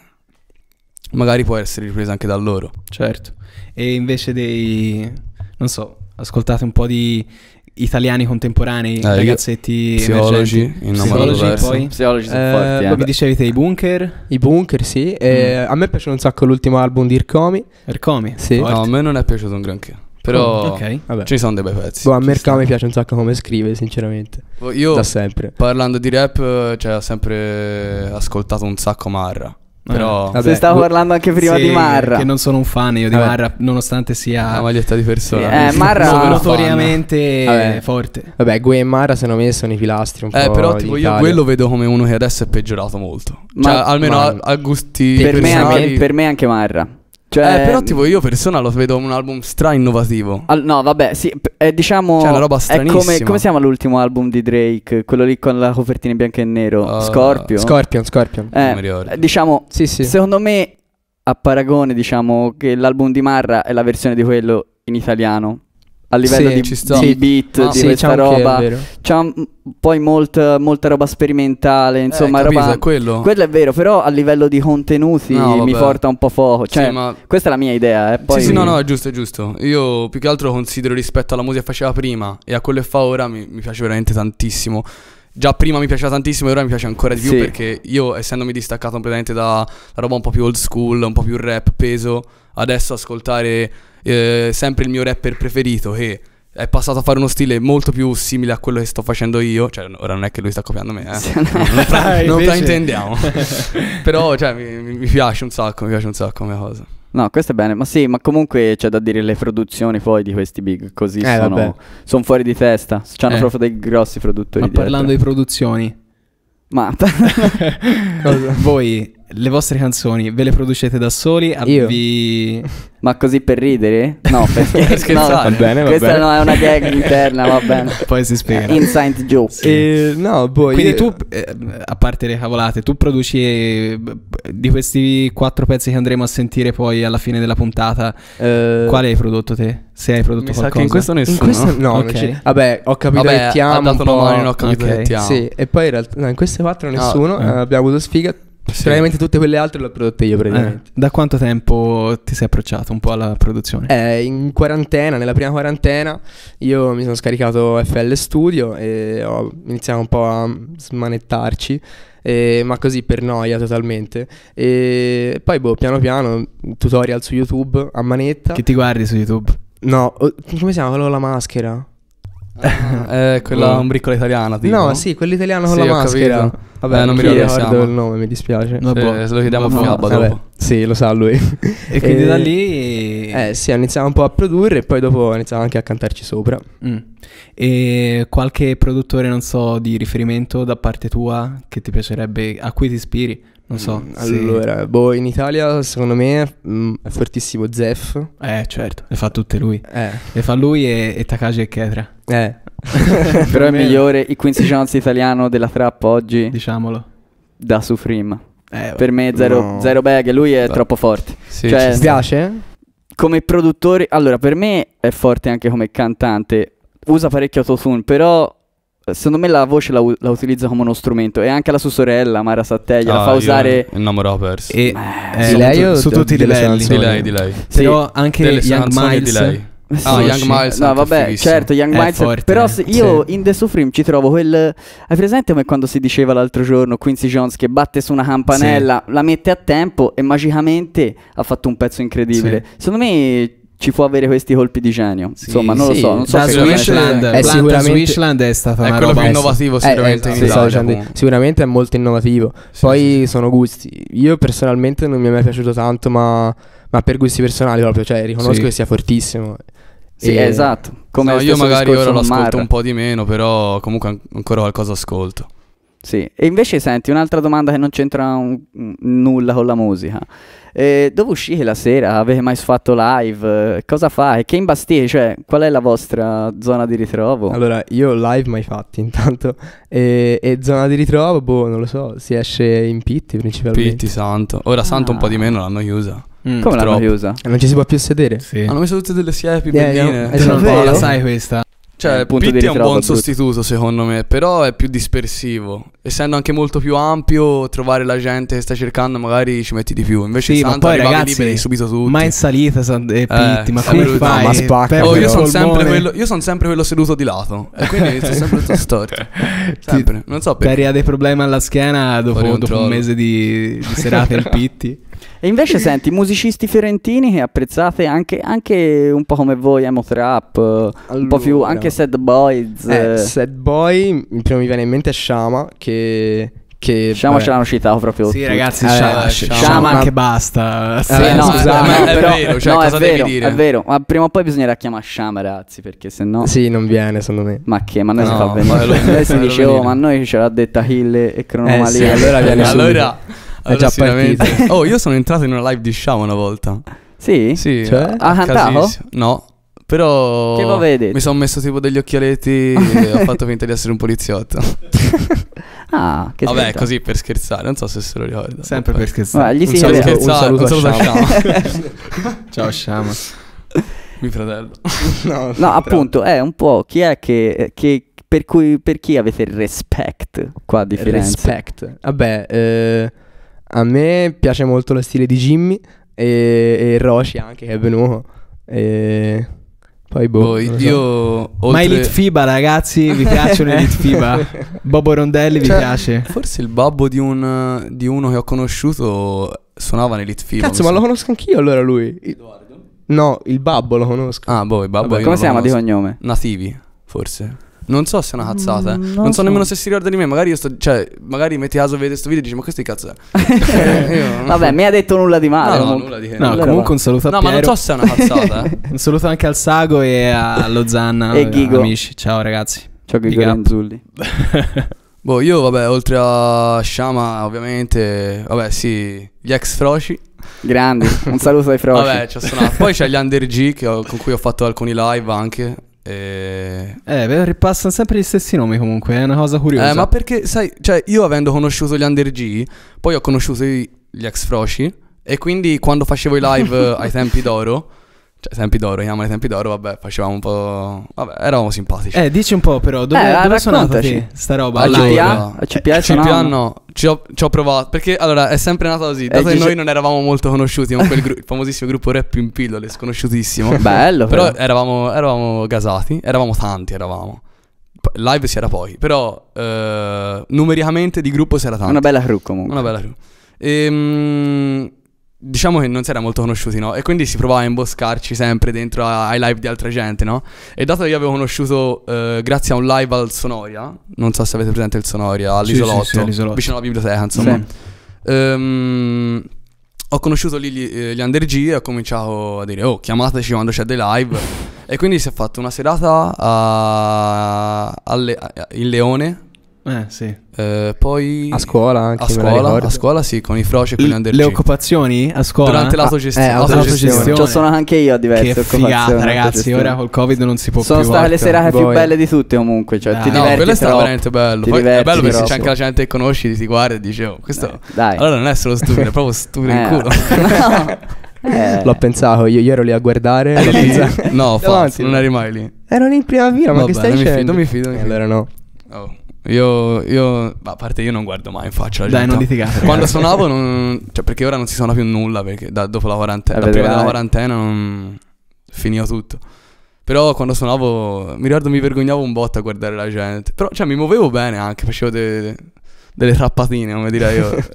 Speaker 5: Magari può essere ripresa anche da loro.
Speaker 3: Certo. E invece dei... non so, ascoltate un po' di italiani contemporanei,
Speaker 5: Eh, io-
Speaker 3: ragazzetti
Speaker 5: Psicologi,
Speaker 3: emergenti.
Speaker 5: innamorato
Speaker 3: Psicologi,
Speaker 5: perso.
Speaker 3: poi...
Speaker 4: Psicologi sono
Speaker 6: Eh,
Speaker 4: forti, eh.
Speaker 3: Mi dicevi te i bunker,
Speaker 6: I bunker, sì. E
Speaker 5: Mm.
Speaker 6: A me piace un sacco l'ultimo album di Ircomi.
Speaker 3: Ercomi.
Speaker 6: Sì.
Speaker 5: No, a
Speaker 3: forti.
Speaker 5: me non è piaciuto un granché.
Speaker 6: Oh.
Speaker 5: Però
Speaker 3: Ok.
Speaker 6: Vabbè.
Speaker 5: ci Oh. sono dei bei pezzi.
Speaker 6: boh, a me Ircomi piace un sacco come scrive, sinceramente.
Speaker 5: Io
Speaker 6: Da sempre.
Speaker 5: Parlando di rap, eh, cioè, ho sempre ascoltato un sacco Marra.
Speaker 4: Eh.
Speaker 5: Però
Speaker 6: vabbè,
Speaker 4: Se stavo
Speaker 6: gu-
Speaker 4: parlando anche prima
Speaker 3: Sì,
Speaker 4: di Marra.
Speaker 3: Che non sono un fan io di
Speaker 6: Vabbè. Eh,
Speaker 3: Marra, nonostante sia...
Speaker 5: una Ah, maglietta di persona.
Speaker 4: Eh, Marra-
Speaker 5: Sono
Speaker 3: Sono
Speaker 4: fan.
Speaker 3: notoriamente
Speaker 6: Vabbè.
Speaker 3: forte.
Speaker 6: Vabbè, Gue e Mara secondo me sono i pilastri un
Speaker 5: fan. Eh,
Speaker 6: po'
Speaker 5: però tipo io
Speaker 6: d'Italia.
Speaker 5: quello vedo come uno che adesso è peggiorato molto. Cioè,
Speaker 4: Ma-
Speaker 5: almeno
Speaker 6: ma-
Speaker 5: a, a gusti
Speaker 4: per, me
Speaker 5: personali.
Speaker 4: anche, per me anche Marra. Cioè,
Speaker 5: Eh, però tipo io persona lo vedo un album stra innovativo.
Speaker 4: Al- no, vabbè, sì, p- è diciamo.
Speaker 5: Cioè, una roba
Speaker 4: è come,
Speaker 5: stranissima.
Speaker 4: come si chiama l'ultimo album di Drake? Quello lì con la copertina in bianco e nero?
Speaker 5: Uh,
Speaker 4: Scorpio.
Speaker 6: Scorpion, Scorpion.
Speaker 4: Eh,
Speaker 5: Non mi ricordo.
Speaker 4: eh, diciamo,
Speaker 6: Sì, sì.
Speaker 4: secondo me, a paragone, diciamo che l'album di Marra è la versione di quello in italiano. A livello
Speaker 6: Sì,
Speaker 4: di,
Speaker 5: ci sta.
Speaker 4: di
Speaker 6: Sì,
Speaker 4: beat,
Speaker 5: ma-
Speaker 4: di
Speaker 6: sì,
Speaker 4: questa
Speaker 6: c'è
Speaker 5: diciamo
Speaker 6: anche- è
Speaker 4: roba.
Speaker 6: vero.
Speaker 4: C'ha mm, poi molta, molta roba sperimentale, insomma,
Speaker 5: eh, capito,
Speaker 4: roba.
Speaker 5: è quello.
Speaker 4: Quello è vero, però a livello di contenuti
Speaker 5: No,
Speaker 4: mi
Speaker 5: vabbè.
Speaker 4: porta un po' fuoco. Cioè,
Speaker 5: Sì, ma
Speaker 4: questa è la mia idea. eh, poi-
Speaker 5: Sì, sì, no, no, è giusto, è giusto. Io più che altro considero rispetto alla musica che faceva prima e a quello che fa ora mi, mi piace veramente tantissimo. Già prima mi piaceva tantissimo e ora mi piace ancora di più
Speaker 4: Sì.
Speaker 5: perché io, essendomi distaccato completamente da roba un po' più old school, un po' più rap peso, adesso ascoltare eh, sempre il mio rapper preferito che è passato a fare uno stile molto più simile a quello che sto facendo io. Cioè, ora non è che lui sta copiando me, eh. non fra-
Speaker 3: Dai,
Speaker 5: non
Speaker 3: invece.
Speaker 5: fraintendiamo. Però, cioè, mi, mi- mi piace un sacco, mi piace un sacco come cosa.
Speaker 4: No, questo è bene, ma sì, ma comunque c'è da dire le produzioni poi di questi big così
Speaker 6: Eh, vabbè.
Speaker 4: sono, sono fuori di testa, c'hanno
Speaker 5: Eh.
Speaker 4: proprio dei grossi produttori
Speaker 3: Ma parlando
Speaker 4: dietro.
Speaker 3: di produzioni,
Speaker 4: Ma
Speaker 3: voi le vostre canzoni ve le producete da soli? Ah,
Speaker 6: Io?
Speaker 3: Vi...
Speaker 4: ma così per ridere? No, perché
Speaker 5: Per scherzare. Va
Speaker 4: no,
Speaker 6: bene, va
Speaker 4: Questa
Speaker 6: bene.
Speaker 4: no, è una gag interna, va bene.
Speaker 3: Poi si spiega.
Speaker 4: Inside joke.
Speaker 6: Eh, no, boh,
Speaker 3: Quindi
Speaker 6: io-
Speaker 3: tu, eh, a parte le cavolate, tu produci eh, b- b- di questi quattro pezzi che andremo a sentire poi alla fine della puntata,
Speaker 6: eh,
Speaker 3: quale hai prodotto te? Se hai prodotto
Speaker 5: Mi sa
Speaker 3: qualcosa?
Speaker 5: che in questo
Speaker 6: in
Speaker 5: nessuno.
Speaker 6: questo no, non
Speaker 3: Ok.
Speaker 6: c'è- vabbè, ho capito
Speaker 5: Vabbè,
Speaker 6: che ti amo
Speaker 5: ha dato
Speaker 6: un po'.
Speaker 5: una mano, non ho capito
Speaker 3: Ok.
Speaker 5: che ti amo.
Speaker 6: Sì, e poi in realtà no, in queste quattro
Speaker 5: No,
Speaker 6: nessuno,
Speaker 3: eh.
Speaker 6: eh, abbiamo avuto sfiga
Speaker 5: Sì.
Speaker 6: Praticamente tutte quelle altre le ho prodotte io
Speaker 3: Eh,
Speaker 6: praticamente.
Speaker 3: da quanto tempo ti sei approcciato un po' alla produzione?
Speaker 6: Eh, in quarantena, nella prima quarantena, io mi sono scaricato FL Studio e ho iniziato un po' a smanettarci, eh, ma così per noia totalmente. E poi, boh, piano piano, tutorial su YouTube a manetta.
Speaker 3: Che ti guardi su YouTube?
Speaker 6: No, oh, come si chiama quello con la maschera?
Speaker 5: Ah, eh, quella
Speaker 3: Oh.
Speaker 5: ombricola italiana, tipo.
Speaker 6: No, sì, quell'italiano con
Speaker 5: Sì,
Speaker 6: la
Speaker 5: ho
Speaker 6: maschera.
Speaker 5: capito.
Speaker 6: Vabbè,
Speaker 5: Eh, non mi
Speaker 6: chi
Speaker 5: ricordo
Speaker 6: ricordo
Speaker 5: come si
Speaker 6: il
Speaker 5: chiama.
Speaker 6: nome, mi dispiace.
Speaker 3: No, boh.
Speaker 5: Eh, se lo chiediamo a
Speaker 3: No,
Speaker 5: Fiaba
Speaker 6: vabbè,
Speaker 5: dopo.
Speaker 6: Sì, lo sa lui.
Speaker 3: E quindi
Speaker 6: eh,
Speaker 3: da lì...
Speaker 6: Eh sì, ho iniziato un po' a produrre e poi dopo iniziamo anche a cantarci sopra.
Speaker 3: Mm. E qualche produttore, non so, di riferimento da parte tua che ti piacerebbe, a cui ti ispiri? Non so.
Speaker 6: Mm,
Speaker 3: se-
Speaker 6: Allora, boh, in Italia secondo me mm, è fortissimo Zef.
Speaker 3: Eh, certo, le fa tutte lui.
Speaker 6: Eh,
Speaker 3: Le fa lui e, e Takashi e Ketra,
Speaker 6: eh.
Speaker 4: Però è migliore il Quincy Jones italiano della trap oggi
Speaker 3: diciamolo.
Speaker 4: da Supreme.
Speaker 3: Eh,
Speaker 4: Per me zero,
Speaker 6: No.
Speaker 4: zero bag, lui è
Speaker 5: Beh.
Speaker 4: troppo forte.
Speaker 5: Sì,
Speaker 4: Cioè,
Speaker 5: ci
Speaker 6: Ti
Speaker 5: sta.
Speaker 6: piace?
Speaker 4: Come produttore, allora per me è forte anche come cantante. Usa parecchio autotune, però eh, secondo me la voce la, u- la utilizza come uno strumento. E anche la sua sorella, Mara Satteglia, la
Speaker 5: Ah,
Speaker 4: fa
Speaker 5: io
Speaker 4: usare...
Speaker 5: Innamorò perso.
Speaker 3: e, eh,
Speaker 6: Di lei
Speaker 3: su,
Speaker 6: o
Speaker 3: su
Speaker 6: de-
Speaker 3: tutti i
Speaker 6: delle sue
Speaker 3: livelli.
Speaker 5: Di
Speaker 6: canzoni?
Speaker 5: lei, di lei.
Speaker 4: Sì.
Speaker 3: Però anche
Speaker 5: Delle
Speaker 3: Young
Speaker 5: canzoni
Speaker 3: Miles.
Speaker 5: di lei.
Speaker 4: Eh, Sì.
Speaker 5: Ah, Young
Speaker 3: sì.
Speaker 5: Miles.
Speaker 4: No,
Speaker 5: anche
Speaker 4: vabbè,
Speaker 5: fighissimo.
Speaker 4: certo, Young
Speaker 3: È
Speaker 4: Miles.
Speaker 3: forte,
Speaker 4: però
Speaker 3: eh.
Speaker 4: se- io
Speaker 3: Sì.
Speaker 4: in The Supreme ci trovo quel. Hai presente come quando si diceva l'altro giorno Quincy Jones che batte su una campanella, la mette a tempo e magicamente ha fatto un pezzo incredibile. Secondo me ci può avere questi colpi di genio.
Speaker 3: Sì,
Speaker 4: Insomma, non
Speaker 6: sì.
Speaker 4: lo so. Non so
Speaker 3: Da
Speaker 4: se
Speaker 5: Switch-
Speaker 4: conoscete-
Speaker 3: Swishland.
Speaker 6: È
Speaker 3: È
Speaker 6: sicuramente-
Speaker 3: Swishland è stata
Speaker 5: È
Speaker 3: una
Speaker 5: quello
Speaker 3: roba
Speaker 5: più innovativo
Speaker 6: Eh,
Speaker 5: sicuramente cioè,
Speaker 6: eh,
Speaker 5: in
Speaker 6: sì, stavo
Speaker 5: Italia.
Speaker 6: dicendo-
Speaker 5: comunque.
Speaker 6: sicuramente è molto innovativo.
Speaker 5: Sì,
Speaker 6: poi sono gusti. Io personalmente non mi è mai piaciuto tanto, ma, ma per gusti personali proprio, cioè riconosco
Speaker 3: Sì.
Speaker 6: che sia fortissimo.
Speaker 4: Sì,
Speaker 3: Eh.
Speaker 6: E-
Speaker 4: esatto. Come
Speaker 5: No,
Speaker 4: lo
Speaker 5: io
Speaker 4: stesso
Speaker 5: magari
Speaker 4: discorso
Speaker 5: ora lo
Speaker 4: con
Speaker 5: ascolto
Speaker 4: Marra.
Speaker 5: un po' di meno, però comunque an- ancora qualcosa ascolto.
Speaker 4: Sì. E invece, senti, un'altra domanda che non c'entra un- un- nulla con la musica. Eh, dove uscite la sera? Avete mai fatto live? Eh, Cosa fai? Che imbastite? Cioè, qual è la vostra zona di ritrovo?
Speaker 6: Allora, io live mai fatti intanto. E, e zona di ritrovo, boh, non lo so, si esce in pitti principalmente.
Speaker 5: Pitti, Santo. Ora Santo un po'
Speaker 4: Ah.
Speaker 5: di meno l'hanno chiusa.
Speaker 3: Mm.
Speaker 4: Come l'hanno
Speaker 5: purtroppo.
Speaker 4: chiusa?
Speaker 6: Non ci si può più sedere.
Speaker 3: Sì. eh,
Speaker 5: Hanno messo tutte delle siepi
Speaker 6: no,
Speaker 5: belline.
Speaker 6: è
Speaker 3: Te non-
Speaker 6: vero?
Speaker 3: non la sai questa?
Speaker 5: Cioè,
Speaker 4: Eh, il punto
Speaker 5: Pitti
Speaker 4: di
Speaker 5: è un
Speaker 4: ritrovo
Speaker 5: buon
Speaker 4: è brutto.
Speaker 5: sostituto secondo me, però è più dispersivo. Essendo anche molto più ampio, trovare la gente che sta cercando magari ci metti di più. Invece
Speaker 3: Sì, ma
Speaker 5: Santo
Speaker 3: poi,
Speaker 5: arrivavi
Speaker 3: ragazzi,
Speaker 5: liberi subito tutti. Eh,
Speaker 3: Ma in salita San- e Pitti, ma
Speaker 5: sì,
Speaker 3: come
Speaker 5: brutto.
Speaker 3: fai?
Speaker 6: Ma spacca,
Speaker 3: Perdi
Speaker 5: Oh,
Speaker 3: il
Speaker 5: io sono sempre,
Speaker 3: polmone.
Speaker 5: quello, io son sempre quello seduto di lato. E quindi sto sempre tutto storto. Sempre. Non so perché.
Speaker 3: Perri ha dei problemi alla schiena dopo,
Speaker 5: Fuori
Speaker 3: dopo
Speaker 5: controllo.
Speaker 3: un mese di, di serate in Pitti.
Speaker 4: E invece senti, musicisti fiorentini che apprezzate anche, anche un po' come voi, Emo Trap, eh, un po' più,
Speaker 6: Allora.
Speaker 4: anche Sad Boys.
Speaker 6: Eh,
Speaker 4: eh,
Speaker 6: Sad Boy, il primo mi viene in mente è Shama, che... che eh,
Speaker 4: Diciamo
Speaker 6: vabbè.
Speaker 4: ce l'hanno citato proprio.
Speaker 3: Sì,
Speaker 4: tutti.
Speaker 3: ragazzi,
Speaker 6: Eh,
Speaker 3: Sciama,
Speaker 5: Sciama-
Speaker 3: Sciama anche basta.
Speaker 4: Sì,
Speaker 5: Eh,
Speaker 4: no,
Speaker 5: scusa,
Speaker 4: no,
Speaker 5: ma
Speaker 4: no,
Speaker 5: è
Speaker 4: però-
Speaker 5: vero, cioè,
Speaker 4: no, è
Speaker 5: cosa devi
Speaker 4: vero,
Speaker 5: dire?
Speaker 4: È vero, ma prima o poi bisognerà chiamare Sciama, ragazzi, perché se no...
Speaker 6: Sì, non viene secondo me.
Speaker 4: Ma che, ma noi si
Speaker 5: No,
Speaker 4: fa
Speaker 5: ma
Speaker 4: venire.
Speaker 5: lo-
Speaker 4: noi si
Speaker 5: lo
Speaker 4: dice, oh,
Speaker 5: venire.
Speaker 4: ma noi ce l'ha detta Achille e Cronomalia.
Speaker 6: Eh, sì, allora viene subito.
Speaker 5: allora, allora
Speaker 6: già
Speaker 5: sicuramente-
Speaker 6: partito.
Speaker 5: Oh, io sono entrato in una live di Shama una volta.
Speaker 4: Sì?
Speaker 5: Sì,
Speaker 6: Cioè?
Speaker 5: a-
Speaker 4: Eh? Ha
Speaker 5: a
Speaker 4: cantato?
Speaker 5: casissimo. No, però
Speaker 4: Che volevi dire?
Speaker 5: mi sono messo tipo degli occhialetti e ho fatto finta di essere un poliziotto.
Speaker 4: Ah, che
Speaker 5: Vabbè,
Speaker 4: sento.
Speaker 5: così per scherzare, non so se se lo ricordo.
Speaker 3: Sempre per
Speaker 5: Vabbè.
Speaker 3: scherzare.
Speaker 4: Vabbè, gli si
Speaker 6: Non
Speaker 5: Per
Speaker 6: so
Speaker 4: vede-
Speaker 6: scherzo.
Speaker 5: scherzare,
Speaker 6: Un
Speaker 5: un
Speaker 6: saluto
Speaker 5: saluto
Speaker 6: a
Speaker 5: a Shama.
Speaker 3: Ciao Sciama.
Speaker 5: Mio fratello.
Speaker 6: No,
Speaker 4: No, appunto, è un po' chi è che... che- per, cui, per chi avete il respect qua di Firenze?
Speaker 6: Respect. Vabbè, eh, a me piace molto lo stile di Jimmy e, e Roshi anche che è venuto. E poi boh.
Speaker 5: Boh,
Speaker 6: non lo so.
Speaker 5: io
Speaker 3: Ma
Speaker 5: oltre-
Speaker 3: Elite FIBA, ragazzi, vi piacciono Elite FIBA? Bobo Rondelli vi
Speaker 5: Cioè,
Speaker 3: piace?
Speaker 5: Forse il babbo di, un, di uno che ho conosciuto suonava nell'Elite Fiba.
Speaker 6: Cazzo,
Speaker 5: mi
Speaker 6: ma lo
Speaker 5: sa.
Speaker 6: conosco anch'io allora lui. Edoardo? No, il babbo lo conosco.
Speaker 5: Ah, boh, il babbo
Speaker 4: Vabbè,
Speaker 5: io non
Speaker 4: come si
Speaker 5: lo
Speaker 4: chiama di
Speaker 5: conosco.
Speaker 4: cognome?
Speaker 5: Nativi, forse. Non so se è una cazzata. eh.
Speaker 4: Mm,
Speaker 5: non
Speaker 4: non lo
Speaker 5: so,
Speaker 4: so.
Speaker 5: nemmeno se si ricorda di me. Magari io sto. Cioè, magari metti caso vede sto video e dici, ma questo che cazzo è? Io non-
Speaker 4: Vabbè, mi ha detto nulla di
Speaker 5: No,
Speaker 4: male.
Speaker 5: no,
Speaker 4: comunque.
Speaker 5: nulla di che.
Speaker 3: No,
Speaker 4: allora
Speaker 3: comunque
Speaker 4: va.
Speaker 3: un saluto a
Speaker 5: No, ma
Speaker 3: Piero.
Speaker 5: non so se è una cazzata. eh.
Speaker 3: Un saluto anche al Sago e a Lozanna.
Speaker 4: E Ghigo.
Speaker 3: Amici, ciao ragazzi.
Speaker 4: Ciao Ghigo
Speaker 3: Big up.
Speaker 4: Renzulli.
Speaker 5: boh, io, vabbè, oltre a Shama, ovviamente. Vabbè, sì, gli ex Froci.
Speaker 4: Grandi, un saluto ai froci.
Speaker 5: Vabbè, ci ho suonato. Poi c'è gli Under G che ho- con cui ho fatto alcuni live anche. E
Speaker 3: Eh, beh, ripassano sempre gli stessi nomi comunque, è una cosa curiosa.
Speaker 5: Eh, ma perché, sai, cioè, io avendo conosciuto gli Under G, poi ho conosciuto i- gli ex Froci, e quindi quando facevo i live eh, ai tempi d'oro, Cioè, tempi d'oro, chiamare tempi d'oro, vabbè, facevamo un po'... Vabbè, eravamo simpatici.
Speaker 3: Eh, dici un po' però, dove,
Speaker 4: Eh,
Speaker 3: dove sono nata
Speaker 4: raccontaci.
Speaker 3: te, sta roba?
Speaker 4: Ah,
Speaker 5: Al
Speaker 3: Allora,
Speaker 5: GPA?
Speaker 4: CPA?
Speaker 5: Eh,
Speaker 4: CPA
Speaker 5: Ci no, ci ho, ci ho provato. Perché allora è sempre nata così. Dato che
Speaker 4: Eh, dice-
Speaker 5: noi non eravamo molto conosciuti con quel gru- il famosissimo gruppo rap in pillole, sconosciutissimo.
Speaker 4: Bello però.
Speaker 5: però eravamo, eravamo gasati, eravamo tanti, eravamo. P- Live si era pochi, però eh, numericamente di gruppo si era tanti.
Speaker 4: Una bella crew comunque.
Speaker 5: Una bella crew. Ehm, diciamo che non si era molto conosciuti, no? E quindi si provava a imboscarci sempre dentro a- ai live di altra gente, no? E dato che io avevo conosciuto, eh, grazie a un live al Sonoria, non so se avete presente il Sonoria,
Speaker 3: Sì, sì, sì,
Speaker 5: all'isolotto,
Speaker 3: all'isolotto.
Speaker 5: vicino alla biblioteca, insomma.
Speaker 4: Sì.
Speaker 5: Ehm, ho conosciuto lì gli, eh, gli Under G e ho cominciato a dire, oh, chiamateci quando c'è dei live. e quindi si è fatta una serata a, alle- a- in Leone.
Speaker 3: Eh, sì.
Speaker 5: eh, poi
Speaker 6: A scuola anche,
Speaker 5: a
Speaker 6: me la
Speaker 5: scuola,
Speaker 6: ricordo.
Speaker 5: a scuola sì, con i froci e con gli under
Speaker 3: Le
Speaker 5: G.
Speaker 3: occupazioni a scuola?
Speaker 5: Durante l'autogestione.
Speaker 6: eh,
Speaker 5: autogestione.
Speaker 3: autogestione.
Speaker 4: Ci sono anche io a Ah, diverse
Speaker 3: Che figata,
Speaker 4: occupazioni,
Speaker 3: ragazzi.
Speaker 4: autogestione.
Speaker 3: Ora col Covid non si può
Speaker 4: Sono
Speaker 3: più.
Speaker 4: state le
Speaker 3: porca.
Speaker 4: serate più
Speaker 6: Voi.
Speaker 4: belle di tutte comunque, cioè
Speaker 3: Dai.
Speaker 4: ti
Speaker 3: No,
Speaker 5: No,
Speaker 4: diverti
Speaker 5: quello è stato
Speaker 4: troppo.
Speaker 5: veramente bello.
Speaker 4: Ti
Speaker 5: Poi è
Speaker 4: diverti
Speaker 5: bello perché c'è
Speaker 4: troppo. Eh,
Speaker 5: anche la gente che conosci, ti guarda e dice, oh, questo...
Speaker 4: Dai.
Speaker 5: Allora non è solo stupido, è proprio stupido in
Speaker 4: Eh,
Speaker 5: culo.
Speaker 4: no. Eh.
Speaker 6: L'ho pensato, io, io ero lì a guardare. l'ho pensato.
Speaker 5: no,
Speaker 6: Davanti.
Speaker 5: forse non eri mai lì.
Speaker 6: Ero lì in prima fila, ma
Speaker 5: Vabbè,
Speaker 6: che stai
Speaker 5: non mi
Speaker 6: dicendo?
Speaker 5: fido, mi fido, mi
Speaker 6: Eh,
Speaker 5: fido.
Speaker 6: Allora no.
Speaker 5: Oh, Io, io, ma a parte io non guardo mai in faccia la
Speaker 3: Dai,
Speaker 5: gente.
Speaker 3: non litigate,
Speaker 5: Quando
Speaker 3: ragazzi.
Speaker 5: suonavo, non, cioè perché ora non si suona più nulla, perché da- dopo la quarantena,
Speaker 4: Eh,
Speaker 5: da prima
Speaker 4: vedrai.
Speaker 5: della quarantena non finivo tutto. Però quando suonavo, mi ricordo mi vergognavo un botto a guardare la gente. Però, cioè, mi muovevo bene anche, facevo de- delle trappatine, come direi io, eh,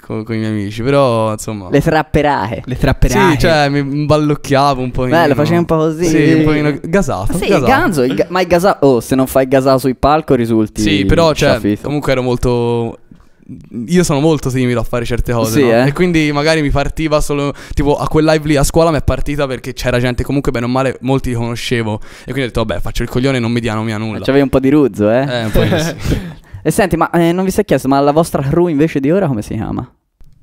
Speaker 5: con, con i miei amici. Però, insomma...
Speaker 4: Le trapperate.
Speaker 3: Le
Speaker 5: sì,
Speaker 3: trapperate.
Speaker 5: cioè, mi ballocchiavo un po'.
Speaker 4: Bello, facevi un po' così.
Speaker 5: Sì, un pochino... Gasato,
Speaker 4: Ma sì, il
Speaker 5: gasato.
Speaker 4: ganzo, il ga- ma il gasato, oh, se non fai gasato sul palco risulti
Speaker 5: Sì, però cioè,
Speaker 4: sciafito.
Speaker 5: comunque ero molto. Io sono molto timido a fare certe cose.
Speaker 4: Sì,
Speaker 5: no?
Speaker 4: eh.
Speaker 5: E quindi magari mi partiva solo. Tipo, a quel live lì a scuola mi è partita perché c'era gente comunque bene o male, molti li conoscevo. E quindi ho detto, vabbè, faccio il coglione e non mi diano mia nulla.
Speaker 4: Eh, C'avevi un po' di ruzzo, eh?
Speaker 5: Eh, un po' sì.
Speaker 4: E senti, ma eh, non vi si è chiesto, ma la vostra crew invece di ora come si chiama?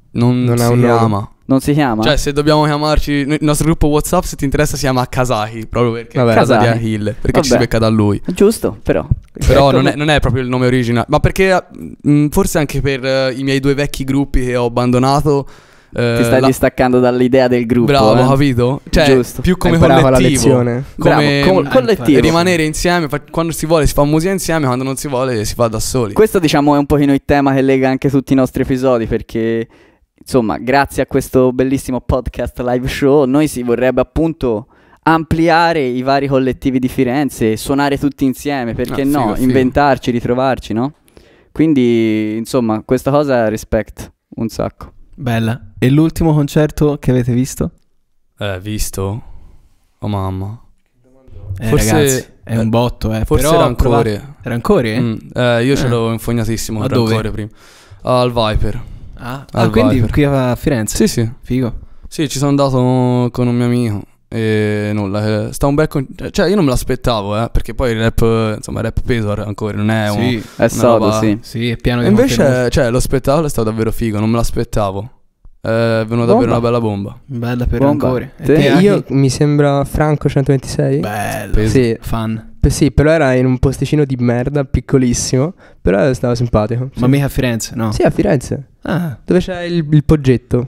Speaker 5: Non,
Speaker 6: Non ha
Speaker 5: si
Speaker 6: un nome.
Speaker 5: chiama.
Speaker 4: Non si chiama?
Speaker 5: Cioè, se dobbiamo chiamarci. Il nostro gruppo WhatsApp, se ti interessa, si chiama Kazaki. Proprio perché
Speaker 6: Vabbè.
Speaker 5: è casa di
Speaker 4: Kazaki.
Speaker 5: Achille. Perché ci si
Speaker 4: Vabbè.
Speaker 5: becca da lui.
Speaker 4: Giusto, però.
Speaker 5: Però
Speaker 4: Ecco,
Speaker 5: non è, non è proprio il nome originale. Ma perché mh, forse anche per eh, i miei due vecchi gruppi che ho abbandonato. eh,
Speaker 4: Ti stai
Speaker 5: la-
Speaker 4: distaccando dall'idea del gruppo.
Speaker 5: Bravo,
Speaker 4: eh?
Speaker 5: capito? Cioè,
Speaker 4: Giusto.
Speaker 5: più come
Speaker 6: Imparava la
Speaker 5: collettivo.
Speaker 6: lezione.
Speaker 5: Come
Speaker 4: Bravo, col-
Speaker 5: eh,
Speaker 4: collettivo.
Speaker 5: rimanere insieme, fa- quando si vuole si fa musica insieme, quando non si vuole si fa da soli.
Speaker 4: Questo diciamo è un pochino il tema che lega anche tutti i nostri episodi perché insomma grazie a questo bellissimo podcast live show noi si vorrebbe appunto ampliare i vari collettivi di Firenze e suonare tutti insieme perché
Speaker 5: Ah, figo,
Speaker 4: no,
Speaker 5: figo.
Speaker 4: inventarci, ritrovarci no? Quindi insomma questa cosa rispetto un sacco.
Speaker 3: Bella. E l'ultimo concerto che avete visto?
Speaker 5: Eh, visto? Oh mamma.
Speaker 3: Eh,
Speaker 5: Forse-
Speaker 3: ragazzi, è un botto, eh.
Speaker 5: Forse
Speaker 3: però
Speaker 5: era ancora.
Speaker 3: provate- Rancore? eh?
Speaker 5: Mm, eh, io ce
Speaker 3: Eh.
Speaker 5: l'avevo infognatissimo
Speaker 3: Ma
Speaker 5: con
Speaker 3: dove?
Speaker 5: rancore prima. Al Viper.
Speaker 3: Ah, ah,
Speaker 5: Al
Speaker 3: quindi
Speaker 5: Viper.
Speaker 3: qui a Firenze.
Speaker 5: Sì, sì.
Speaker 3: Figo.
Speaker 5: Sì, ci sono andato con un mio amico. E nulla, eh, sta un bel con- Cioè, io non me l'aspettavo, eh, perché poi il rap, eh, insomma, il rap peso ancora non è un...
Speaker 3: Sì,
Speaker 4: È sodo,
Speaker 5: roba-
Speaker 4: sì.
Speaker 3: sì, è piano di
Speaker 5: E
Speaker 3: contenuti.
Speaker 5: invece, cioè, lo spettacolo è stato davvero figo, non me l'aspettavo. È venuta davvero
Speaker 4: Bomba.
Speaker 5: una bella bomba.
Speaker 3: Bella per
Speaker 4: Bomba.
Speaker 3: rancore. E
Speaker 4: Te-
Speaker 3: te, Aki?
Speaker 6: Eh, Io mi sembra Franco 126.
Speaker 3: Bello.
Speaker 5: Peso.
Speaker 6: Sì,
Speaker 3: Fan.
Speaker 6: P- sì, però era in un posticino di merda, piccolissimo. Però stava simpatico. Sì.
Speaker 3: Ma mica a Firenze, no?
Speaker 6: Sì, a Firenze,
Speaker 3: Ah,
Speaker 6: dove c'è il, il poggetto.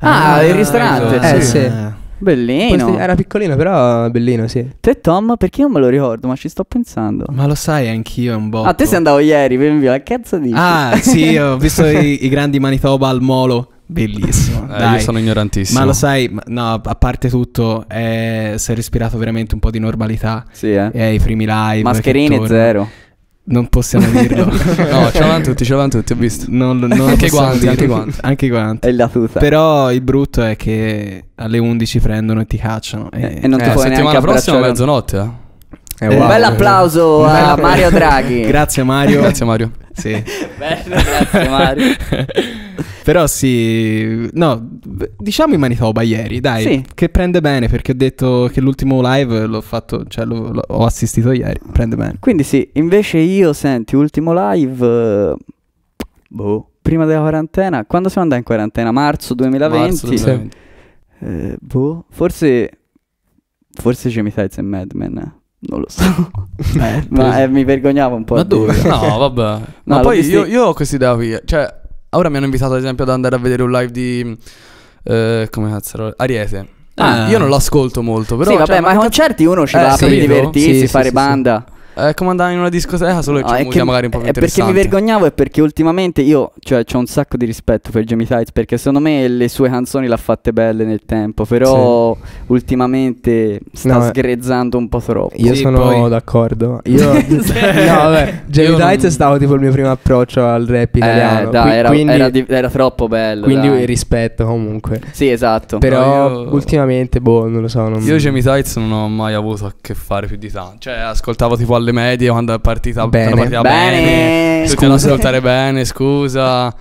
Speaker 4: Ah, il ristorante,
Speaker 6: Eh,
Speaker 3: sì.
Speaker 6: sì.
Speaker 4: Bellino.
Speaker 6: Posti- Era piccolino, però bellino, sì.
Speaker 4: Te Tom, perché io non me lo ricordo, ma ci sto pensando.
Speaker 3: Ma lo sai, anch'io è un botto.
Speaker 4: Ah, te sei andato ieri, per via, che cazzo dici?
Speaker 3: Ah, sì, ho visto i, i grandi Manitoba al molo. Bellissimo.
Speaker 5: Eh,
Speaker 3: dai.
Speaker 5: io sono ignorantissimo.
Speaker 3: Ma lo sai, ma- no, a parte tutto, eh, si è respirato veramente un po' di normalità.
Speaker 4: Sì, eh.
Speaker 3: Eh, i primi live. che
Speaker 4: Mascherine
Speaker 3: tornano.
Speaker 4: zero.
Speaker 3: Non possiamo dirlo.
Speaker 5: No, ce l'hanno tutti, ce l'hanno tutti, ho visto.
Speaker 3: Non, non lo
Speaker 5: Anche i guanti,
Speaker 3: possiamo dire.
Speaker 5: anche i guanti.
Speaker 3: Anche i guanti.
Speaker 4: È la tuta.
Speaker 3: Però il brutto è che alle 11 prendono e ti cacciano. E,
Speaker 4: E non ti
Speaker 5: Eh,
Speaker 4: puoi neanche
Speaker 5: settimana prossima
Speaker 4: abbracciare.
Speaker 5: mezzanotte, eh.
Speaker 6: Eh,
Speaker 3: Eh,
Speaker 4: Un
Speaker 6: wow.
Speaker 4: bel applauso a Mario Draghi.
Speaker 3: Grazie Mario.
Speaker 5: Grazie Mario.
Speaker 3: Sì.
Speaker 4: Bello, grazie Mario.
Speaker 3: Però sì, no, diciamo in Manitoba ieri, dai,
Speaker 4: Sì.
Speaker 3: che prende bene perché ho detto che l'ultimo live l'ho fatto, cioè l'ho- l'ho- ho assistito ieri, prende bene.
Speaker 4: Quindi sì, invece io senti, ultimo live eh, boh, prima della quarantena, quando siamo andati in quarantena? Marzo 2020.
Speaker 5: Marzo
Speaker 6: sì.
Speaker 5: 2020.
Speaker 4: Eh, boh, forse forse Jimmy Tights e Mad Men, eh. non lo so. Ma eh, mi vergognavo un po'.
Speaker 3: Ma
Speaker 4: a dirlo.
Speaker 3: dove?
Speaker 5: No, vabbè.
Speaker 4: No,
Speaker 5: Ma
Speaker 4: l'ho
Speaker 5: poi
Speaker 4: visti-
Speaker 5: io, io ho questa idea qui. Cioè, ora mi hanno invitato ad esempio ad andare a vedere un live di... eh, come cazzo era? Ariete.
Speaker 3: Ah.
Speaker 5: Io non l'ascolto molto, però
Speaker 4: sì,
Speaker 5: cioè,
Speaker 4: vabbè, ma ai concerti uno ci
Speaker 5: Eh,
Speaker 4: va
Speaker 5: sì,
Speaker 4: per
Speaker 5: vero?
Speaker 4: divertirsi,
Speaker 6: Sì, sì,
Speaker 4: fare
Speaker 6: sì,
Speaker 4: banda.
Speaker 5: è come andare in una discoteca solo che
Speaker 4: No,
Speaker 5: c'è
Speaker 4: è
Speaker 5: Cioè, musica
Speaker 4: che-
Speaker 5: magari un po' più
Speaker 4: è perché mi
Speaker 5: interessante.
Speaker 4: vergognavo e perché ultimamente io, cioè, ho un sacco di rispetto per Jamie Tights perché secondo me le sue canzoni l'ha fatte belle nel tempo, però ultimamente sta
Speaker 6: No, eh.
Speaker 4: sgrezzando un po' troppo.
Speaker 6: Io
Speaker 3: Sì,
Speaker 6: sono
Speaker 3: poi-
Speaker 6: d'accordo. Io... no, vabbè, Jamie
Speaker 5: Io non-
Speaker 6: Tights è stato tipo il mio primo approccio al rap italiano.
Speaker 4: eh, dai,
Speaker 6: qui-
Speaker 4: era,
Speaker 6: quindi
Speaker 4: era di- era troppo bello.
Speaker 6: quindi
Speaker 4: dai.
Speaker 6: rispetto comunque.
Speaker 4: Sì, esatto.
Speaker 6: Però
Speaker 5: io-
Speaker 6: ultimamente, boh, non lo so. Non...
Speaker 5: Io Jamie Tights non ho mai avuto a che fare più di tanto. Cioè, ascoltavo tipo alle medie quando è partita
Speaker 6: Bene.
Speaker 5: quando partita
Speaker 4: Bene.
Speaker 5: tutti hanno ascoltare bene, scusa.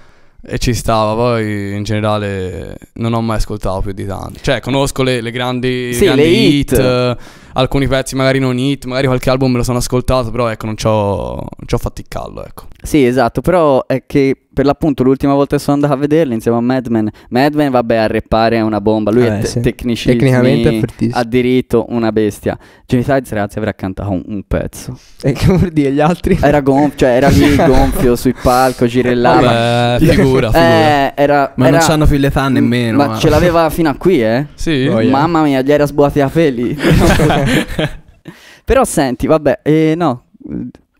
Speaker 5: E ci stava, poi in generale non ho mai ascoltato più di tanto. Cioè, conosco le, le grandi,
Speaker 4: Sì,
Speaker 5: grandi
Speaker 4: le
Speaker 5: hit,
Speaker 4: hit.
Speaker 5: eh, alcuni pezzi magari non hit, magari qualche album me lo sono ascoltato, però ecco, non ci ho, non ci ho fatti il callo, ecco.
Speaker 4: Sì, esatto, però è che per l'appunto l'ultima volta che sono andato a vederli insieme a Madman, Madman vabbè a reppare è una bomba, lui
Speaker 6: Eh,
Speaker 4: è te-
Speaker 6: sì.
Speaker 4: tecnicismi,
Speaker 6: Tecnicamente è fortissimo.
Speaker 4: ha diritto una bestia. Jimmy Tides ragazzi avrà cantato un, un pezzo.
Speaker 6: E che vuol dire gli altri?
Speaker 4: Era gonfio, cioè era lì gonfio sul palco, girellava.
Speaker 5: Vabbè, figura, figura.
Speaker 4: eh, era,
Speaker 3: Ma non
Speaker 4: era-
Speaker 3: c'hanno più l'età nemmeno. eh. Oh,
Speaker 4: Ma ce l'aveva fino a qui, eh?
Speaker 5: Sì?
Speaker 6: Poi- Boia.
Speaker 4: Mamma mia, gli era sbuati i capelli. Però senti, vabbè, eh, no.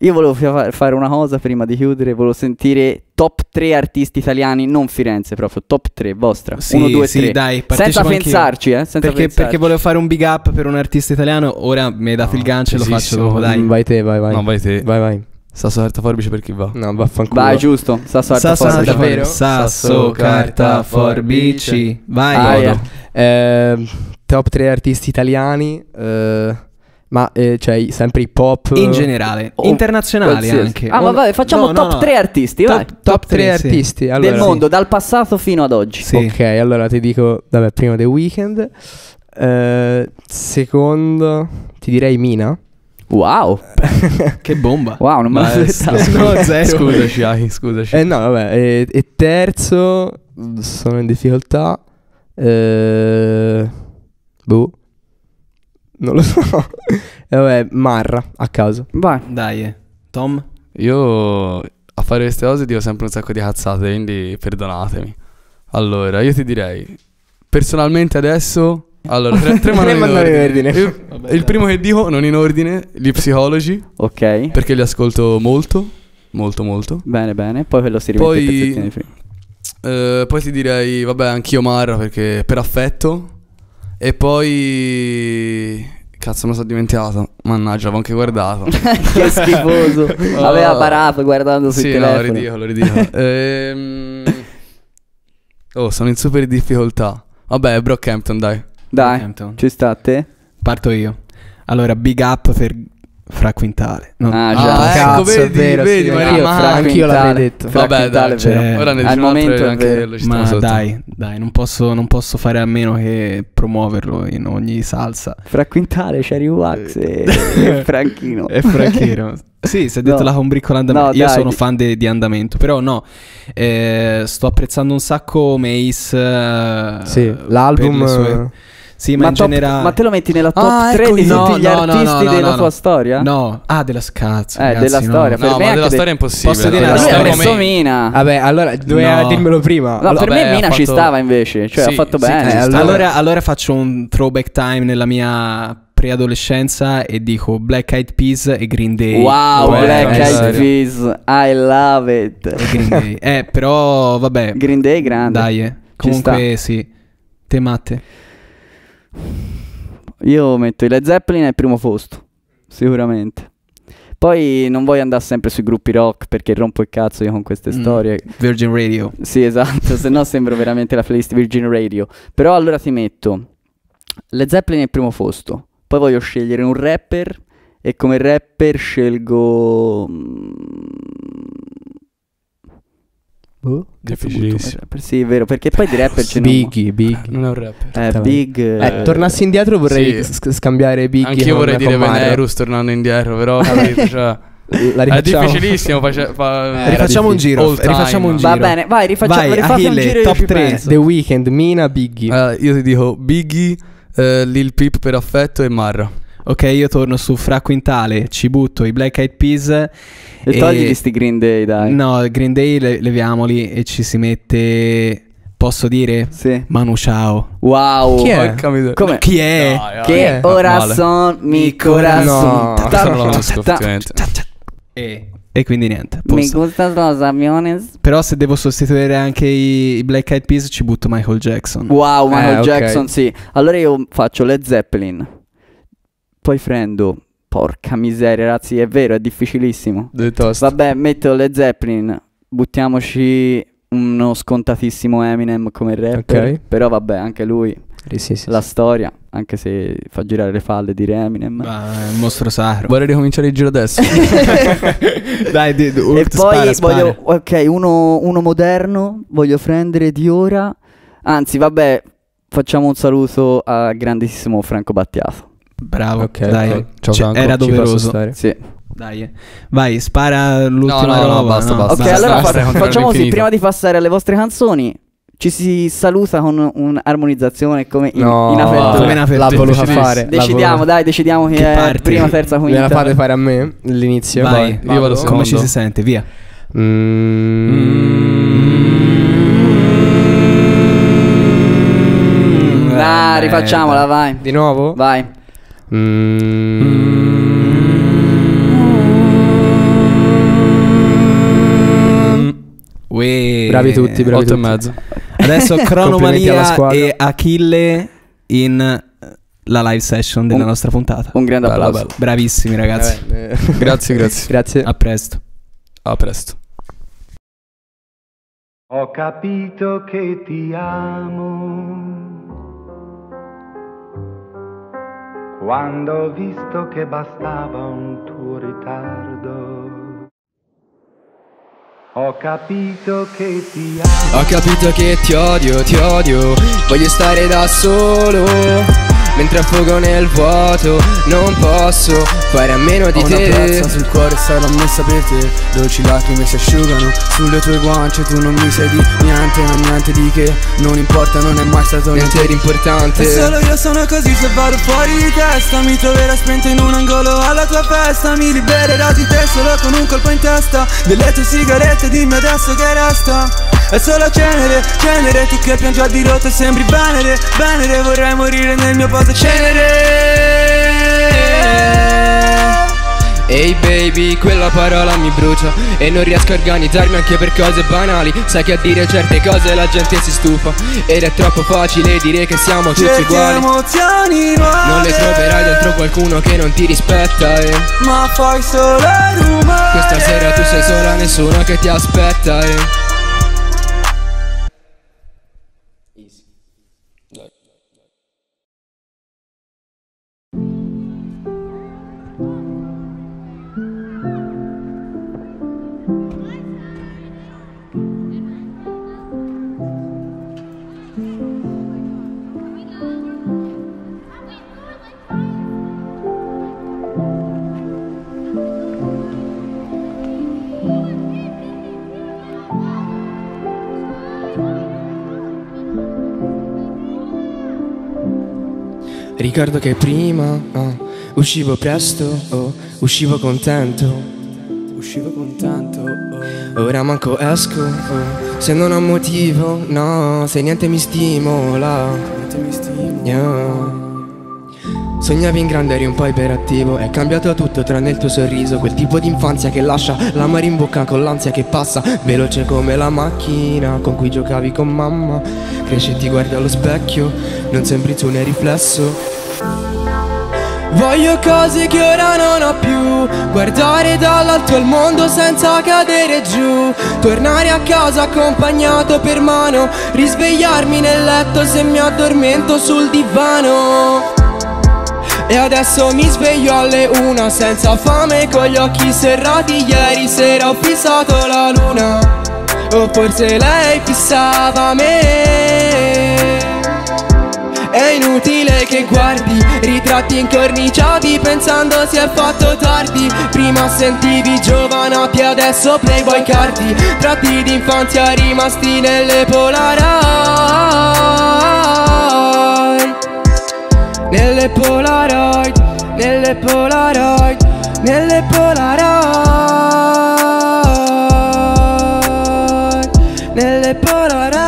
Speaker 4: Io volevo fa- fare una cosa prima di chiudere, volevo sentire top 3 artisti italiani, non Firenze proprio, top 3 vostra.
Speaker 3: Sì,
Speaker 4: 1, 2,
Speaker 3: sì,
Speaker 4: 3.
Speaker 3: dai,
Speaker 4: Senza
Speaker 3: partecipo anch'io.
Speaker 4: pensarci, eh? Senza
Speaker 3: Perché,
Speaker 4: pensarci.
Speaker 3: perché volevo fare un big up per un artista italiano. Ora mi hai dato
Speaker 5: No,
Speaker 3: il gancio e lo faccio
Speaker 5: pesissimo.
Speaker 3: dopo, dai.
Speaker 6: Mm, Vai te, vai, vai.
Speaker 5: No, vai te.
Speaker 6: Vai, vai.
Speaker 5: Sta sorta forbice per chi va.
Speaker 6: No, vaffanculo.
Speaker 4: Vai, giusto. Sasso
Speaker 3: Sasso,
Speaker 4: Arteforte.
Speaker 3: carta,
Speaker 6: davvero?
Speaker 3: Sasso, carta, forbici. Vai.
Speaker 4: Ah,
Speaker 3: Godo.
Speaker 4: yeah.
Speaker 6: Eh, top 3 artisti italiani. eh, ma eh, cioè, sempre hip hop.
Speaker 3: In generale,
Speaker 4: Oh,
Speaker 3: internazionali
Speaker 4: qualsiasi.
Speaker 3: anche.
Speaker 4: Ah, ma
Speaker 3: Oh,
Speaker 4: vabbè, facciamo
Speaker 3: no, no,
Speaker 4: top
Speaker 3: no.
Speaker 4: 3 artisti, vai.
Speaker 3: Top, top 3
Speaker 6: 3 artisti allora,
Speaker 4: Del mondo, dal passato fino ad oggi.
Speaker 3: Sì.
Speaker 6: Ok, allora ti dico, vabbè, prima The Weeknd. eh, secondo, ti direi Mina.
Speaker 4: Wow.
Speaker 3: Che bomba.
Speaker 4: Wow, non me
Speaker 5: Ma, eh,
Speaker 4: l'aspettavo.
Speaker 5: scusa-
Speaker 3: No, zero.
Speaker 5: Scusaci, Ahi, scusaci.
Speaker 6: Eh no, vabbè. E, e terzo, mm, sono in difficoltà. eh, boh. Non lo so. Eh, vabbè, Marra, a caso.
Speaker 4: Vai.
Speaker 3: Dai, eh. Tom.
Speaker 5: Io a fare queste cose dico sempre un sacco di cazzate, quindi perdonatemi. Allora, io ti direi, personalmente adesso... Allora, tre, tre ma non
Speaker 6: Tre ma
Speaker 5: in
Speaker 6: non in
Speaker 5: ordine.
Speaker 6: ordine.
Speaker 5: Io-
Speaker 3: Vabbè,
Speaker 5: il
Speaker 3: dai.
Speaker 5: primo che dico, non in ordine, gli psicologi,
Speaker 4: Ok.
Speaker 5: perché li ascolto molto, molto molto.
Speaker 4: Bene, bene. Poi quello si rimette
Speaker 5: Poi-
Speaker 4: i pezzettini prima.
Speaker 5: Eh, poi ti direi, vabbè, anch'io Marra, perché per affetto. E poi... Cazzo, me lo sono dimenticato. Mannaggia, avevo anche guardato.
Speaker 4: che schifoso. Aveva
Speaker 5: Oh.
Speaker 4: parato guardando sui
Speaker 5: Sì, no,
Speaker 4: telefoni.
Speaker 5: ridicolo, ridicolo. Ehm, Oh, sono in super difficoltà. Vabbè, Brockhampton, dai.
Speaker 4: Dai,
Speaker 3: Hampton.
Speaker 4: ci sta a te?
Speaker 3: Parto io. Allora, big up per Fra Quintale. No.
Speaker 4: Ah, già.
Speaker 5: Ah, ecco,
Speaker 6: Cazzo, è
Speaker 5: vedi,
Speaker 6: vero,
Speaker 5: vedi,
Speaker 6: sì,
Speaker 5: ma
Speaker 6: anch'io,
Speaker 5: rimane-
Speaker 6: fra- anch'io l'avrei
Speaker 4: Quintale.
Speaker 6: detto.
Speaker 4: Fra
Speaker 5: Vabbè, dai,
Speaker 4: Quintale,
Speaker 5: cioè,
Speaker 4: vero.
Speaker 5: ora ne
Speaker 4: Al
Speaker 5: diciamo un altro
Speaker 4: momento
Speaker 5: e
Speaker 4: è
Speaker 5: anche
Speaker 4: vero.
Speaker 5: lo ci stiamo
Speaker 3: Ma
Speaker 5: sotto.
Speaker 3: dai, dai, non posso, non posso fare a meno che promuoverlo in ogni salsa.
Speaker 4: Fra Quintale, Cherry Wax e, e Franchino.
Speaker 3: È franchino. sì, si è detto
Speaker 4: No.
Speaker 3: la combriccola andamento.
Speaker 4: No,
Speaker 3: Io
Speaker 4: dai,
Speaker 3: sono
Speaker 4: di-
Speaker 3: fan de- di andamento, però no. eh, sto apprezzando un sacco Mace. eh,
Speaker 6: Sì,
Speaker 3: per
Speaker 6: l'album. eh,
Speaker 3: le sue- Sì, ma,
Speaker 4: eh, Ma,
Speaker 3: in
Speaker 4: top-
Speaker 3: generale.
Speaker 4: ma te lo metti nella top
Speaker 5: Ah,
Speaker 4: 3
Speaker 5: ecco,
Speaker 4: di
Speaker 3: no,
Speaker 4: tutti gli
Speaker 3: no, no,
Speaker 4: artisti
Speaker 3: no, no,
Speaker 4: della
Speaker 3: no.
Speaker 4: tua storia?
Speaker 3: No, ah, della scazzo.
Speaker 4: Eh, della storia, per
Speaker 5: No, ma
Speaker 4: me anche
Speaker 5: della
Speaker 4: de-
Speaker 5: storia è impossibile.
Speaker 3: Posso dire
Speaker 5: dai,
Speaker 3: una
Speaker 5: dai,
Speaker 4: Lui ha
Speaker 3: storia?
Speaker 5: dai,
Speaker 4: messo
Speaker 5: me-
Speaker 4: Mina.
Speaker 6: Vabbè, allora doveva
Speaker 3: No.
Speaker 6: dirmelo prima.
Speaker 4: No, per
Speaker 5: vabbè,
Speaker 4: me
Speaker 5: ha
Speaker 4: Mina ci
Speaker 5: fatto-
Speaker 4: stava invece, cioè
Speaker 5: Sì,
Speaker 4: ha fatto
Speaker 5: sì, eh,
Speaker 4: bene.
Speaker 5: ci sta.
Speaker 3: Eh, allora... allora faccio un throwback time nella mia preadolescenza e dico Black Eyed Peas e Green Day. Cioè, eh,
Speaker 4: Wow,
Speaker 5: Porca
Speaker 4: Black Eyed
Speaker 5: miseria.
Speaker 4: Peas, I love it.
Speaker 3: E Green Day. Eh, però vabbè.
Speaker 4: Green Day grande.
Speaker 3: Dai, eh. comunque sì. Te Matte.
Speaker 4: Io metto i Led Zeppelin al primo posto, sicuramente. Poi non voglio andare sempre sui gruppi rock perché rompo il cazzo io con queste
Speaker 3: Mm.
Speaker 4: storie.
Speaker 3: Virgin Radio.
Speaker 4: Sì, esatto, se no sembro veramente la playlist Virgin Radio. Però allora ti metto Led Zeppelin al primo posto. Poi voglio scegliere un rapper e come rapper scelgo mm,
Speaker 5: Difficilissimo.
Speaker 4: boh, cazzo butto un rapper. Sì, è vero, perché poi di rapper ce n'è
Speaker 6: Biggie, Biggie.
Speaker 5: Non è un rap.
Speaker 4: eh, Big
Speaker 6: Eh,
Speaker 4: eh,
Speaker 6: tornassi indietro vorrei
Speaker 5: sì.
Speaker 6: sc- scambiare Biggie.
Speaker 5: Anch'io
Speaker 6: con-
Speaker 5: vorrei
Speaker 6: con
Speaker 5: dire
Speaker 6: Mario.
Speaker 5: Venerus tornando indietro, però capito, cioè,
Speaker 6: La
Speaker 5: è
Speaker 6: rifacciamo.
Speaker 5: difficilissimo. Face, fa-
Speaker 6: Eh,
Speaker 3: rifacciamo un giro.
Speaker 5: All time.
Speaker 3: Rifacciamo un giro.
Speaker 4: Va bene, vai, rifacciamo
Speaker 3: Vai,
Speaker 4: rifate un
Speaker 3: Achille,
Speaker 4: giro e io
Speaker 3: top
Speaker 4: ci
Speaker 3: tre.
Speaker 2: Esatto.
Speaker 4: penso.
Speaker 6: The Weeknd, Mina, Biggie.
Speaker 5: Eh, io ti dico Biggie, eh, Lil Peep per affetto e Marra.
Speaker 3: Ok, io torno su Fra Quintale, ci butto i Black Eyed Peas.
Speaker 4: E togli questi Green Day, dai.
Speaker 3: No, Green Day le- leviamoli e ci si mette Posso dire?
Speaker 4: Sì.
Speaker 3: Manu ciao.
Speaker 4: Wow.
Speaker 6: Chi è?
Speaker 5: Porca miseria.
Speaker 4: Come?
Speaker 3: Chi è?
Speaker 5: Dai, dai,
Speaker 4: Che
Speaker 5: fa
Speaker 4: ora
Speaker 5: male.
Speaker 4: son mi
Speaker 6: No.
Speaker 4: corazon. Ta- ta-
Speaker 5: Questo non lo conosco,
Speaker 4: ta-
Speaker 5: effettivamente.
Speaker 3: E, e quindi niente.
Speaker 4: Mi
Speaker 3: posto.
Speaker 4: gusta los aviones.
Speaker 3: Però se devo sostituire anche i, i Black Eyed Peas ci butto Michael Jackson.
Speaker 4: Wow, Michael
Speaker 6: Eh, ok.
Speaker 4: Jackson, sì. Allora io faccio Led Zeppelin. Poi prendo. Porca miseria, ragazzi, è vero, è difficilissimo.
Speaker 6: Del toast.
Speaker 4: Vabbè, metto Led Zeppelin. Buttiamoci uno scontatissimo Eminem come rapper.
Speaker 6: Ok.
Speaker 4: Però vabbè, anche lui,
Speaker 6: Sì, sì, sì.
Speaker 4: la storia, anche se fa girare le palle dire Eminem.
Speaker 3: Ma Ah, è un mostro sacro.
Speaker 5: Vorrei ricominciare il giro adesso.
Speaker 3: Dai, di- di-
Speaker 4: E
Speaker 3: Urt,
Speaker 4: poi
Speaker 3: spara, spara.
Speaker 4: voglio, ok, uno, uno moderno, voglio prendere di ora. Anzi, vabbè, facciamo un saluto a grandissimo Franco Battiato.
Speaker 3: Bravo,
Speaker 6: Ok,
Speaker 3: dai.
Speaker 6: ok.
Speaker 5: Ciao,
Speaker 3: Cioè,
Speaker 5: Franco.
Speaker 3: era
Speaker 6: Ci posso
Speaker 3: doveroso.
Speaker 6: stare.
Speaker 4: Sì.
Speaker 3: Dai, eh. vai, spara l'ultima
Speaker 5: no, no,
Speaker 3: roba.
Speaker 5: basta, basta.
Speaker 4: Ok,
Speaker 5: Basta,
Speaker 4: allora
Speaker 5: basta,
Speaker 4: fa-
Speaker 5: è un
Speaker 4: facciamo così,
Speaker 5: infinito.
Speaker 4: prima di passare alle vostre canzoni, ci si saluta con un'armonizzazione come in,
Speaker 6: No,
Speaker 4: in apertura.
Speaker 3: Come in apertura.
Speaker 6: l'ha voluta
Speaker 5: Difficilissimo.
Speaker 6: fare.
Speaker 4: Decidiamo, dai, decidiamo chi
Speaker 3: Che
Speaker 4: è
Speaker 3: parti?
Speaker 4: prima, terza,
Speaker 6: Me
Speaker 4: quinta.
Speaker 6: la fate fare a me l'inizio?
Speaker 3: Vai,
Speaker 5: Io vado
Speaker 3: Vado. come
Speaker 5: secondo.
Speaker 3: ci si sente, via.
Speaker 6: Mm.
Speaker 4: Dai, rifacciamola, vai.
Speaker 6: Di nuovo? Mm.
Speaker 4: Vai.
Speaker 3: Uè.
Speaker 6: Bravi tutti, bravi
Speaker 5: Eh, Otto e
Speaker 6: tutti.
Speaker 5: mezzo.
Speaker 3: Adesso
Speaker 6: Complimenti alla
Speaker 3: Cronomalia
Speaker 6: squadra.
Speaker 3: e Achille in eh, la live session della
Speaker 4: Un-
Speaker 3: nostra puntata.
Speaker 4: Un grande
Speaker 5: Oh. Bella,
Speaker 4: applauso.
Speaker 5: bella.
Speaker 3: Bravissimi ragazzi.
Speaker 6: Eh,
Speaker 5: Grazie, grazie.
Speaker 6: Grazie.
Speaker 3: A presto.
Speaker 5: A presto.
Speaker 7: Ho capito che ti amo. Quando ho visto che bastava un tuo ritardo. Ho capito che ti amo.
Speaker 2: Ho capito che ti odio, ti odio, voglio stare da solo. Mentre affogo nel vuoto, non posso fare a meno di
Speaker 5: Ho una
Speaker 2: te.
Speaker 5: piazza sul cuore sarà messa per te Dolci lacrime si asciugano Sulle tue guance tu non mi sai di niente Ma niente di che Non importa, non è mai stato niente
Speaker 2: Niente di
Speaker 1: E
Speaker 2: importante.
Speaker 1: solo io sono così se vado fuori di testa Mi troverai spento in un angolo alla tua festa Mi libererò di te solo con un colpo in testa Delle tue sigarette dimmi adesso che resta È solo cenere, cenere Tu che piangi a dirotto e sembri venere Venere vorrei morire nel mio posto cenere
Speaker 2: Ehi baby, quella parola mi brucia E non riesco a organizzarmi anche per cose banali Sai che a dire certe cose la gente si stufa Ed è troppo facile dire che siamo tutti
Speaker 1: Cerchi
Speaker 2: uguali
Speaker 1: emozioni nuove
Speaker 2: Non le troverai dentro qualcuno che non ti rispetta eh.
Speaker 1: Ma fai solo rumore
Speaker 2: Questa sera tu sei sola, nessuno che ti aspetta eh.
Speaker 6: Ricordo che prima ah, uscivo presto, oh, uscivo contento.
Speaker 5: Uscivo contento oh.
Speaker 6: Ora manco esco, oh, se non ho motivo, no, se niente mi stimola. Yeah. Sognavi in grande, eri un po' iperattivo È cambiato tutto tranne il tuo sorriso Quel tipo di infanzia che lascia l'amore in bocca con l'ansia che passa Veloce come la macchina con cui giocavi con mamma Cresci e ti guardi allo specchio Non sembri tu nel riflesso Voglio cose che ora non ho più Guardare dall'alto il mondo senza cadere giù Tornare a casa accompagnato per mano Risvegliarmi nel letto se mi addormento sul divano e adesso mi sveglio alle una senza fame con gli occhi serrati Ieri sera ho fissato la luna O forse lei fissava me è inutile che guardi ritratti incorniciati pensando si è fatto tardi Prima sentivi giovanotti adesso playboy cardi Tratti d'infanzia rimasti nelle polaroid Nelle polaroid, nelle polaroid, nelle polaroid Nelle polaroid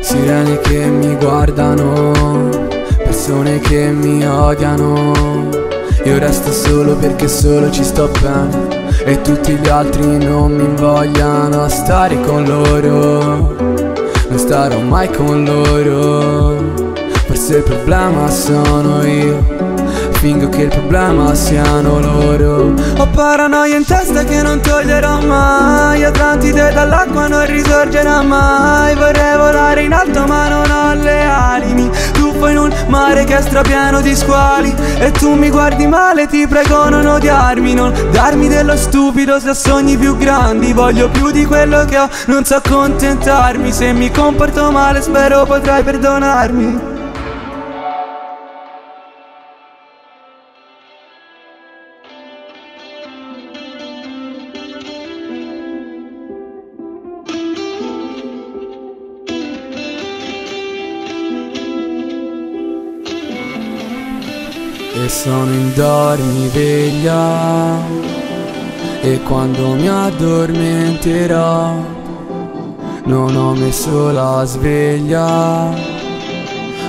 Speaker 5: Sirene che mi guardano, persone che mi odiano. Io resto solo perché solo ci sto bene. E tutti gli altri non mi vogliano a stare con loro. Non starò mai con loro. Forse il problema sono io. Fingo che il problema siano loro.
Speaker 8: Ho paranoia in testa che non toglierò mai Atlantide dall'acqua non risorgerà mai Vorrei volare in alto ma non ho le ali Mi tuffo in un mare che è strapieno di squali E tu mi guardi male, ti prego non odiarmi Non darmi dello stupido se ho sogni più grandi Voglio più di quello che ho, non so accontentarmi Se mi comporto male spero potrai perdonarmi
Speaker 5: E sono in dormiveglia E quando mi addormenterò Non ho messo la sveglia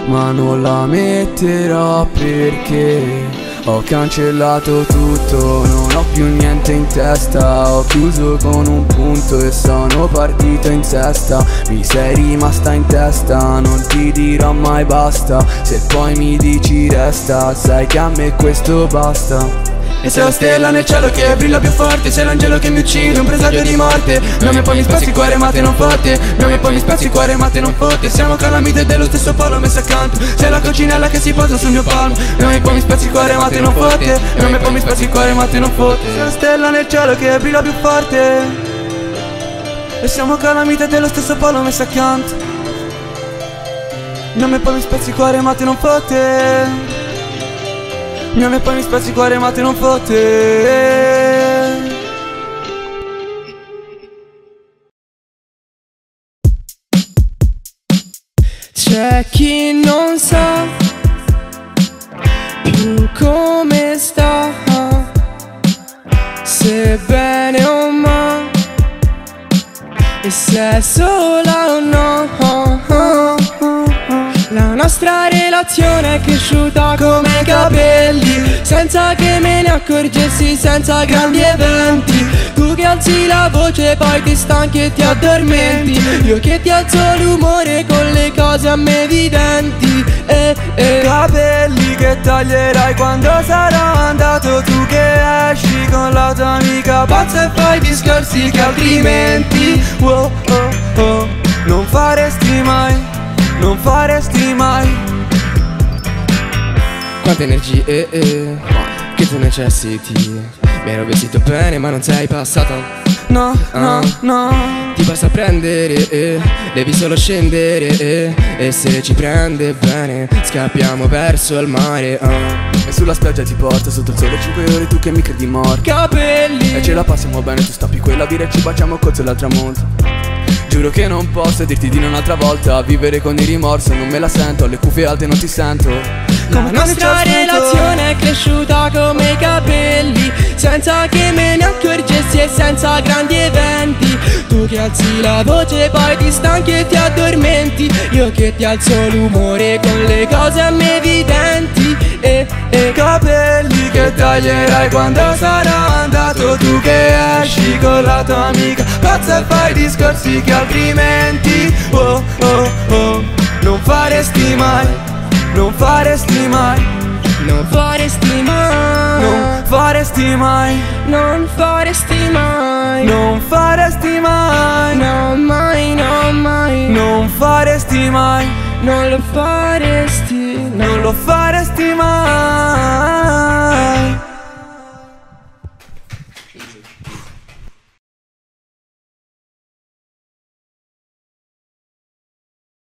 Speaker 5: Ma non la metterò perché Ho cancellato tutto Non ho più niente in testa Ho chiuso con un punto e sono partito in sesta Mi sei rimasta in testa Non ti dirò mai basta Se poi mi dici resta Sai che a me questo basta e sei la stella nel cielo che brilla più forte Sei l'angelo che mi uccide, un presagio di morte Non mi poi mi spezzi il cuore ma te non fotte Non mi poi mi spezzi il cuore ma te non fotte Siamo calamite dello stesso polo messo accanto Sei la coccinella che si posa sul mio palmo Non mi poi mi spezzi il cuore ma te non fotte Non mi poi mi spezzi il cuore ma te non
Speaker 8: Sei una
Speaker 5: fotte
Speaker 8: stella nel cielo che brilla più forte E siamo calamite dello stesso polo messi accanto Non mi poi mi spezzi il cuore ma te non fotte Non mi poi mi spezzi il cuore ma te non fotte
Speaker 6: C'è chi non sa più come sta, se bene o male, e se è sola o no. La nostra relazione è cresciuta come i capelli, senza che me ne accorgessi, senza grandi eventi. Tu che alzi la voce, poi ti stanchi e ti addormenti. Io che ti alzo l'umore con le cose a me evidenti. Eh, eh.
Speaker 8: Capelli che taglierai quando sarà andato Tu che esci con la tua amica pazza e fai discorsi che altrimenti Wow, oh, oh, non faresti mai, non faresti mai
Speaker 6: Quante energie, eh, eh, che tu necessiti. Mi ero vestito bene, ma non sei passata.
Speaker 8: No, no, no
Speaker 6: Ti basta prendere, eh, devi solo scendere eh, E se ci prende bene, scappiamo verso il mare ah.
Speaker 5: E sulla spiaggia ti porto sotto il sole 5 ore tu che mi credi morto E ce
Speaker 6: Capelli
Speaker 5: la passiamo bene, tu stappi quella birra e ci baciamo col sole al tramonto Giuro che non posso dirti di no un'altra volta Vivere con il rimorso non me la sento Le cuffie alte non ti sento
Speaker 6: La nostra
Speaker 8: c'è scritto.
Speaker 6: relazione è cresciuta come i capelli Senza che me ne accorgessi e senza grandi eventi Tu che alzi la voce poi ti stanchi e ti addormenti Io che ti alzo l'umore con le cose a me evidenti eh, eh.
Speaker 8: Capelli che taglierai quando sarà andato Tu che esci con la tua amica pazza e fai discorsi che altrimenti Oh, oh, oh, non faresti mai, non faresti mai
Speaker 6: Non faresti mai
Speaker 8: Non faresti mai,
Speaker 6: Non faresti mai
Speaker 8: non faresti mai,
Speaker 6: No, mai, no, mai
Speaker 8: non faresti mai,
Speaker 6: Non lo faresti no.
Speaker 8: non lo faresti mai.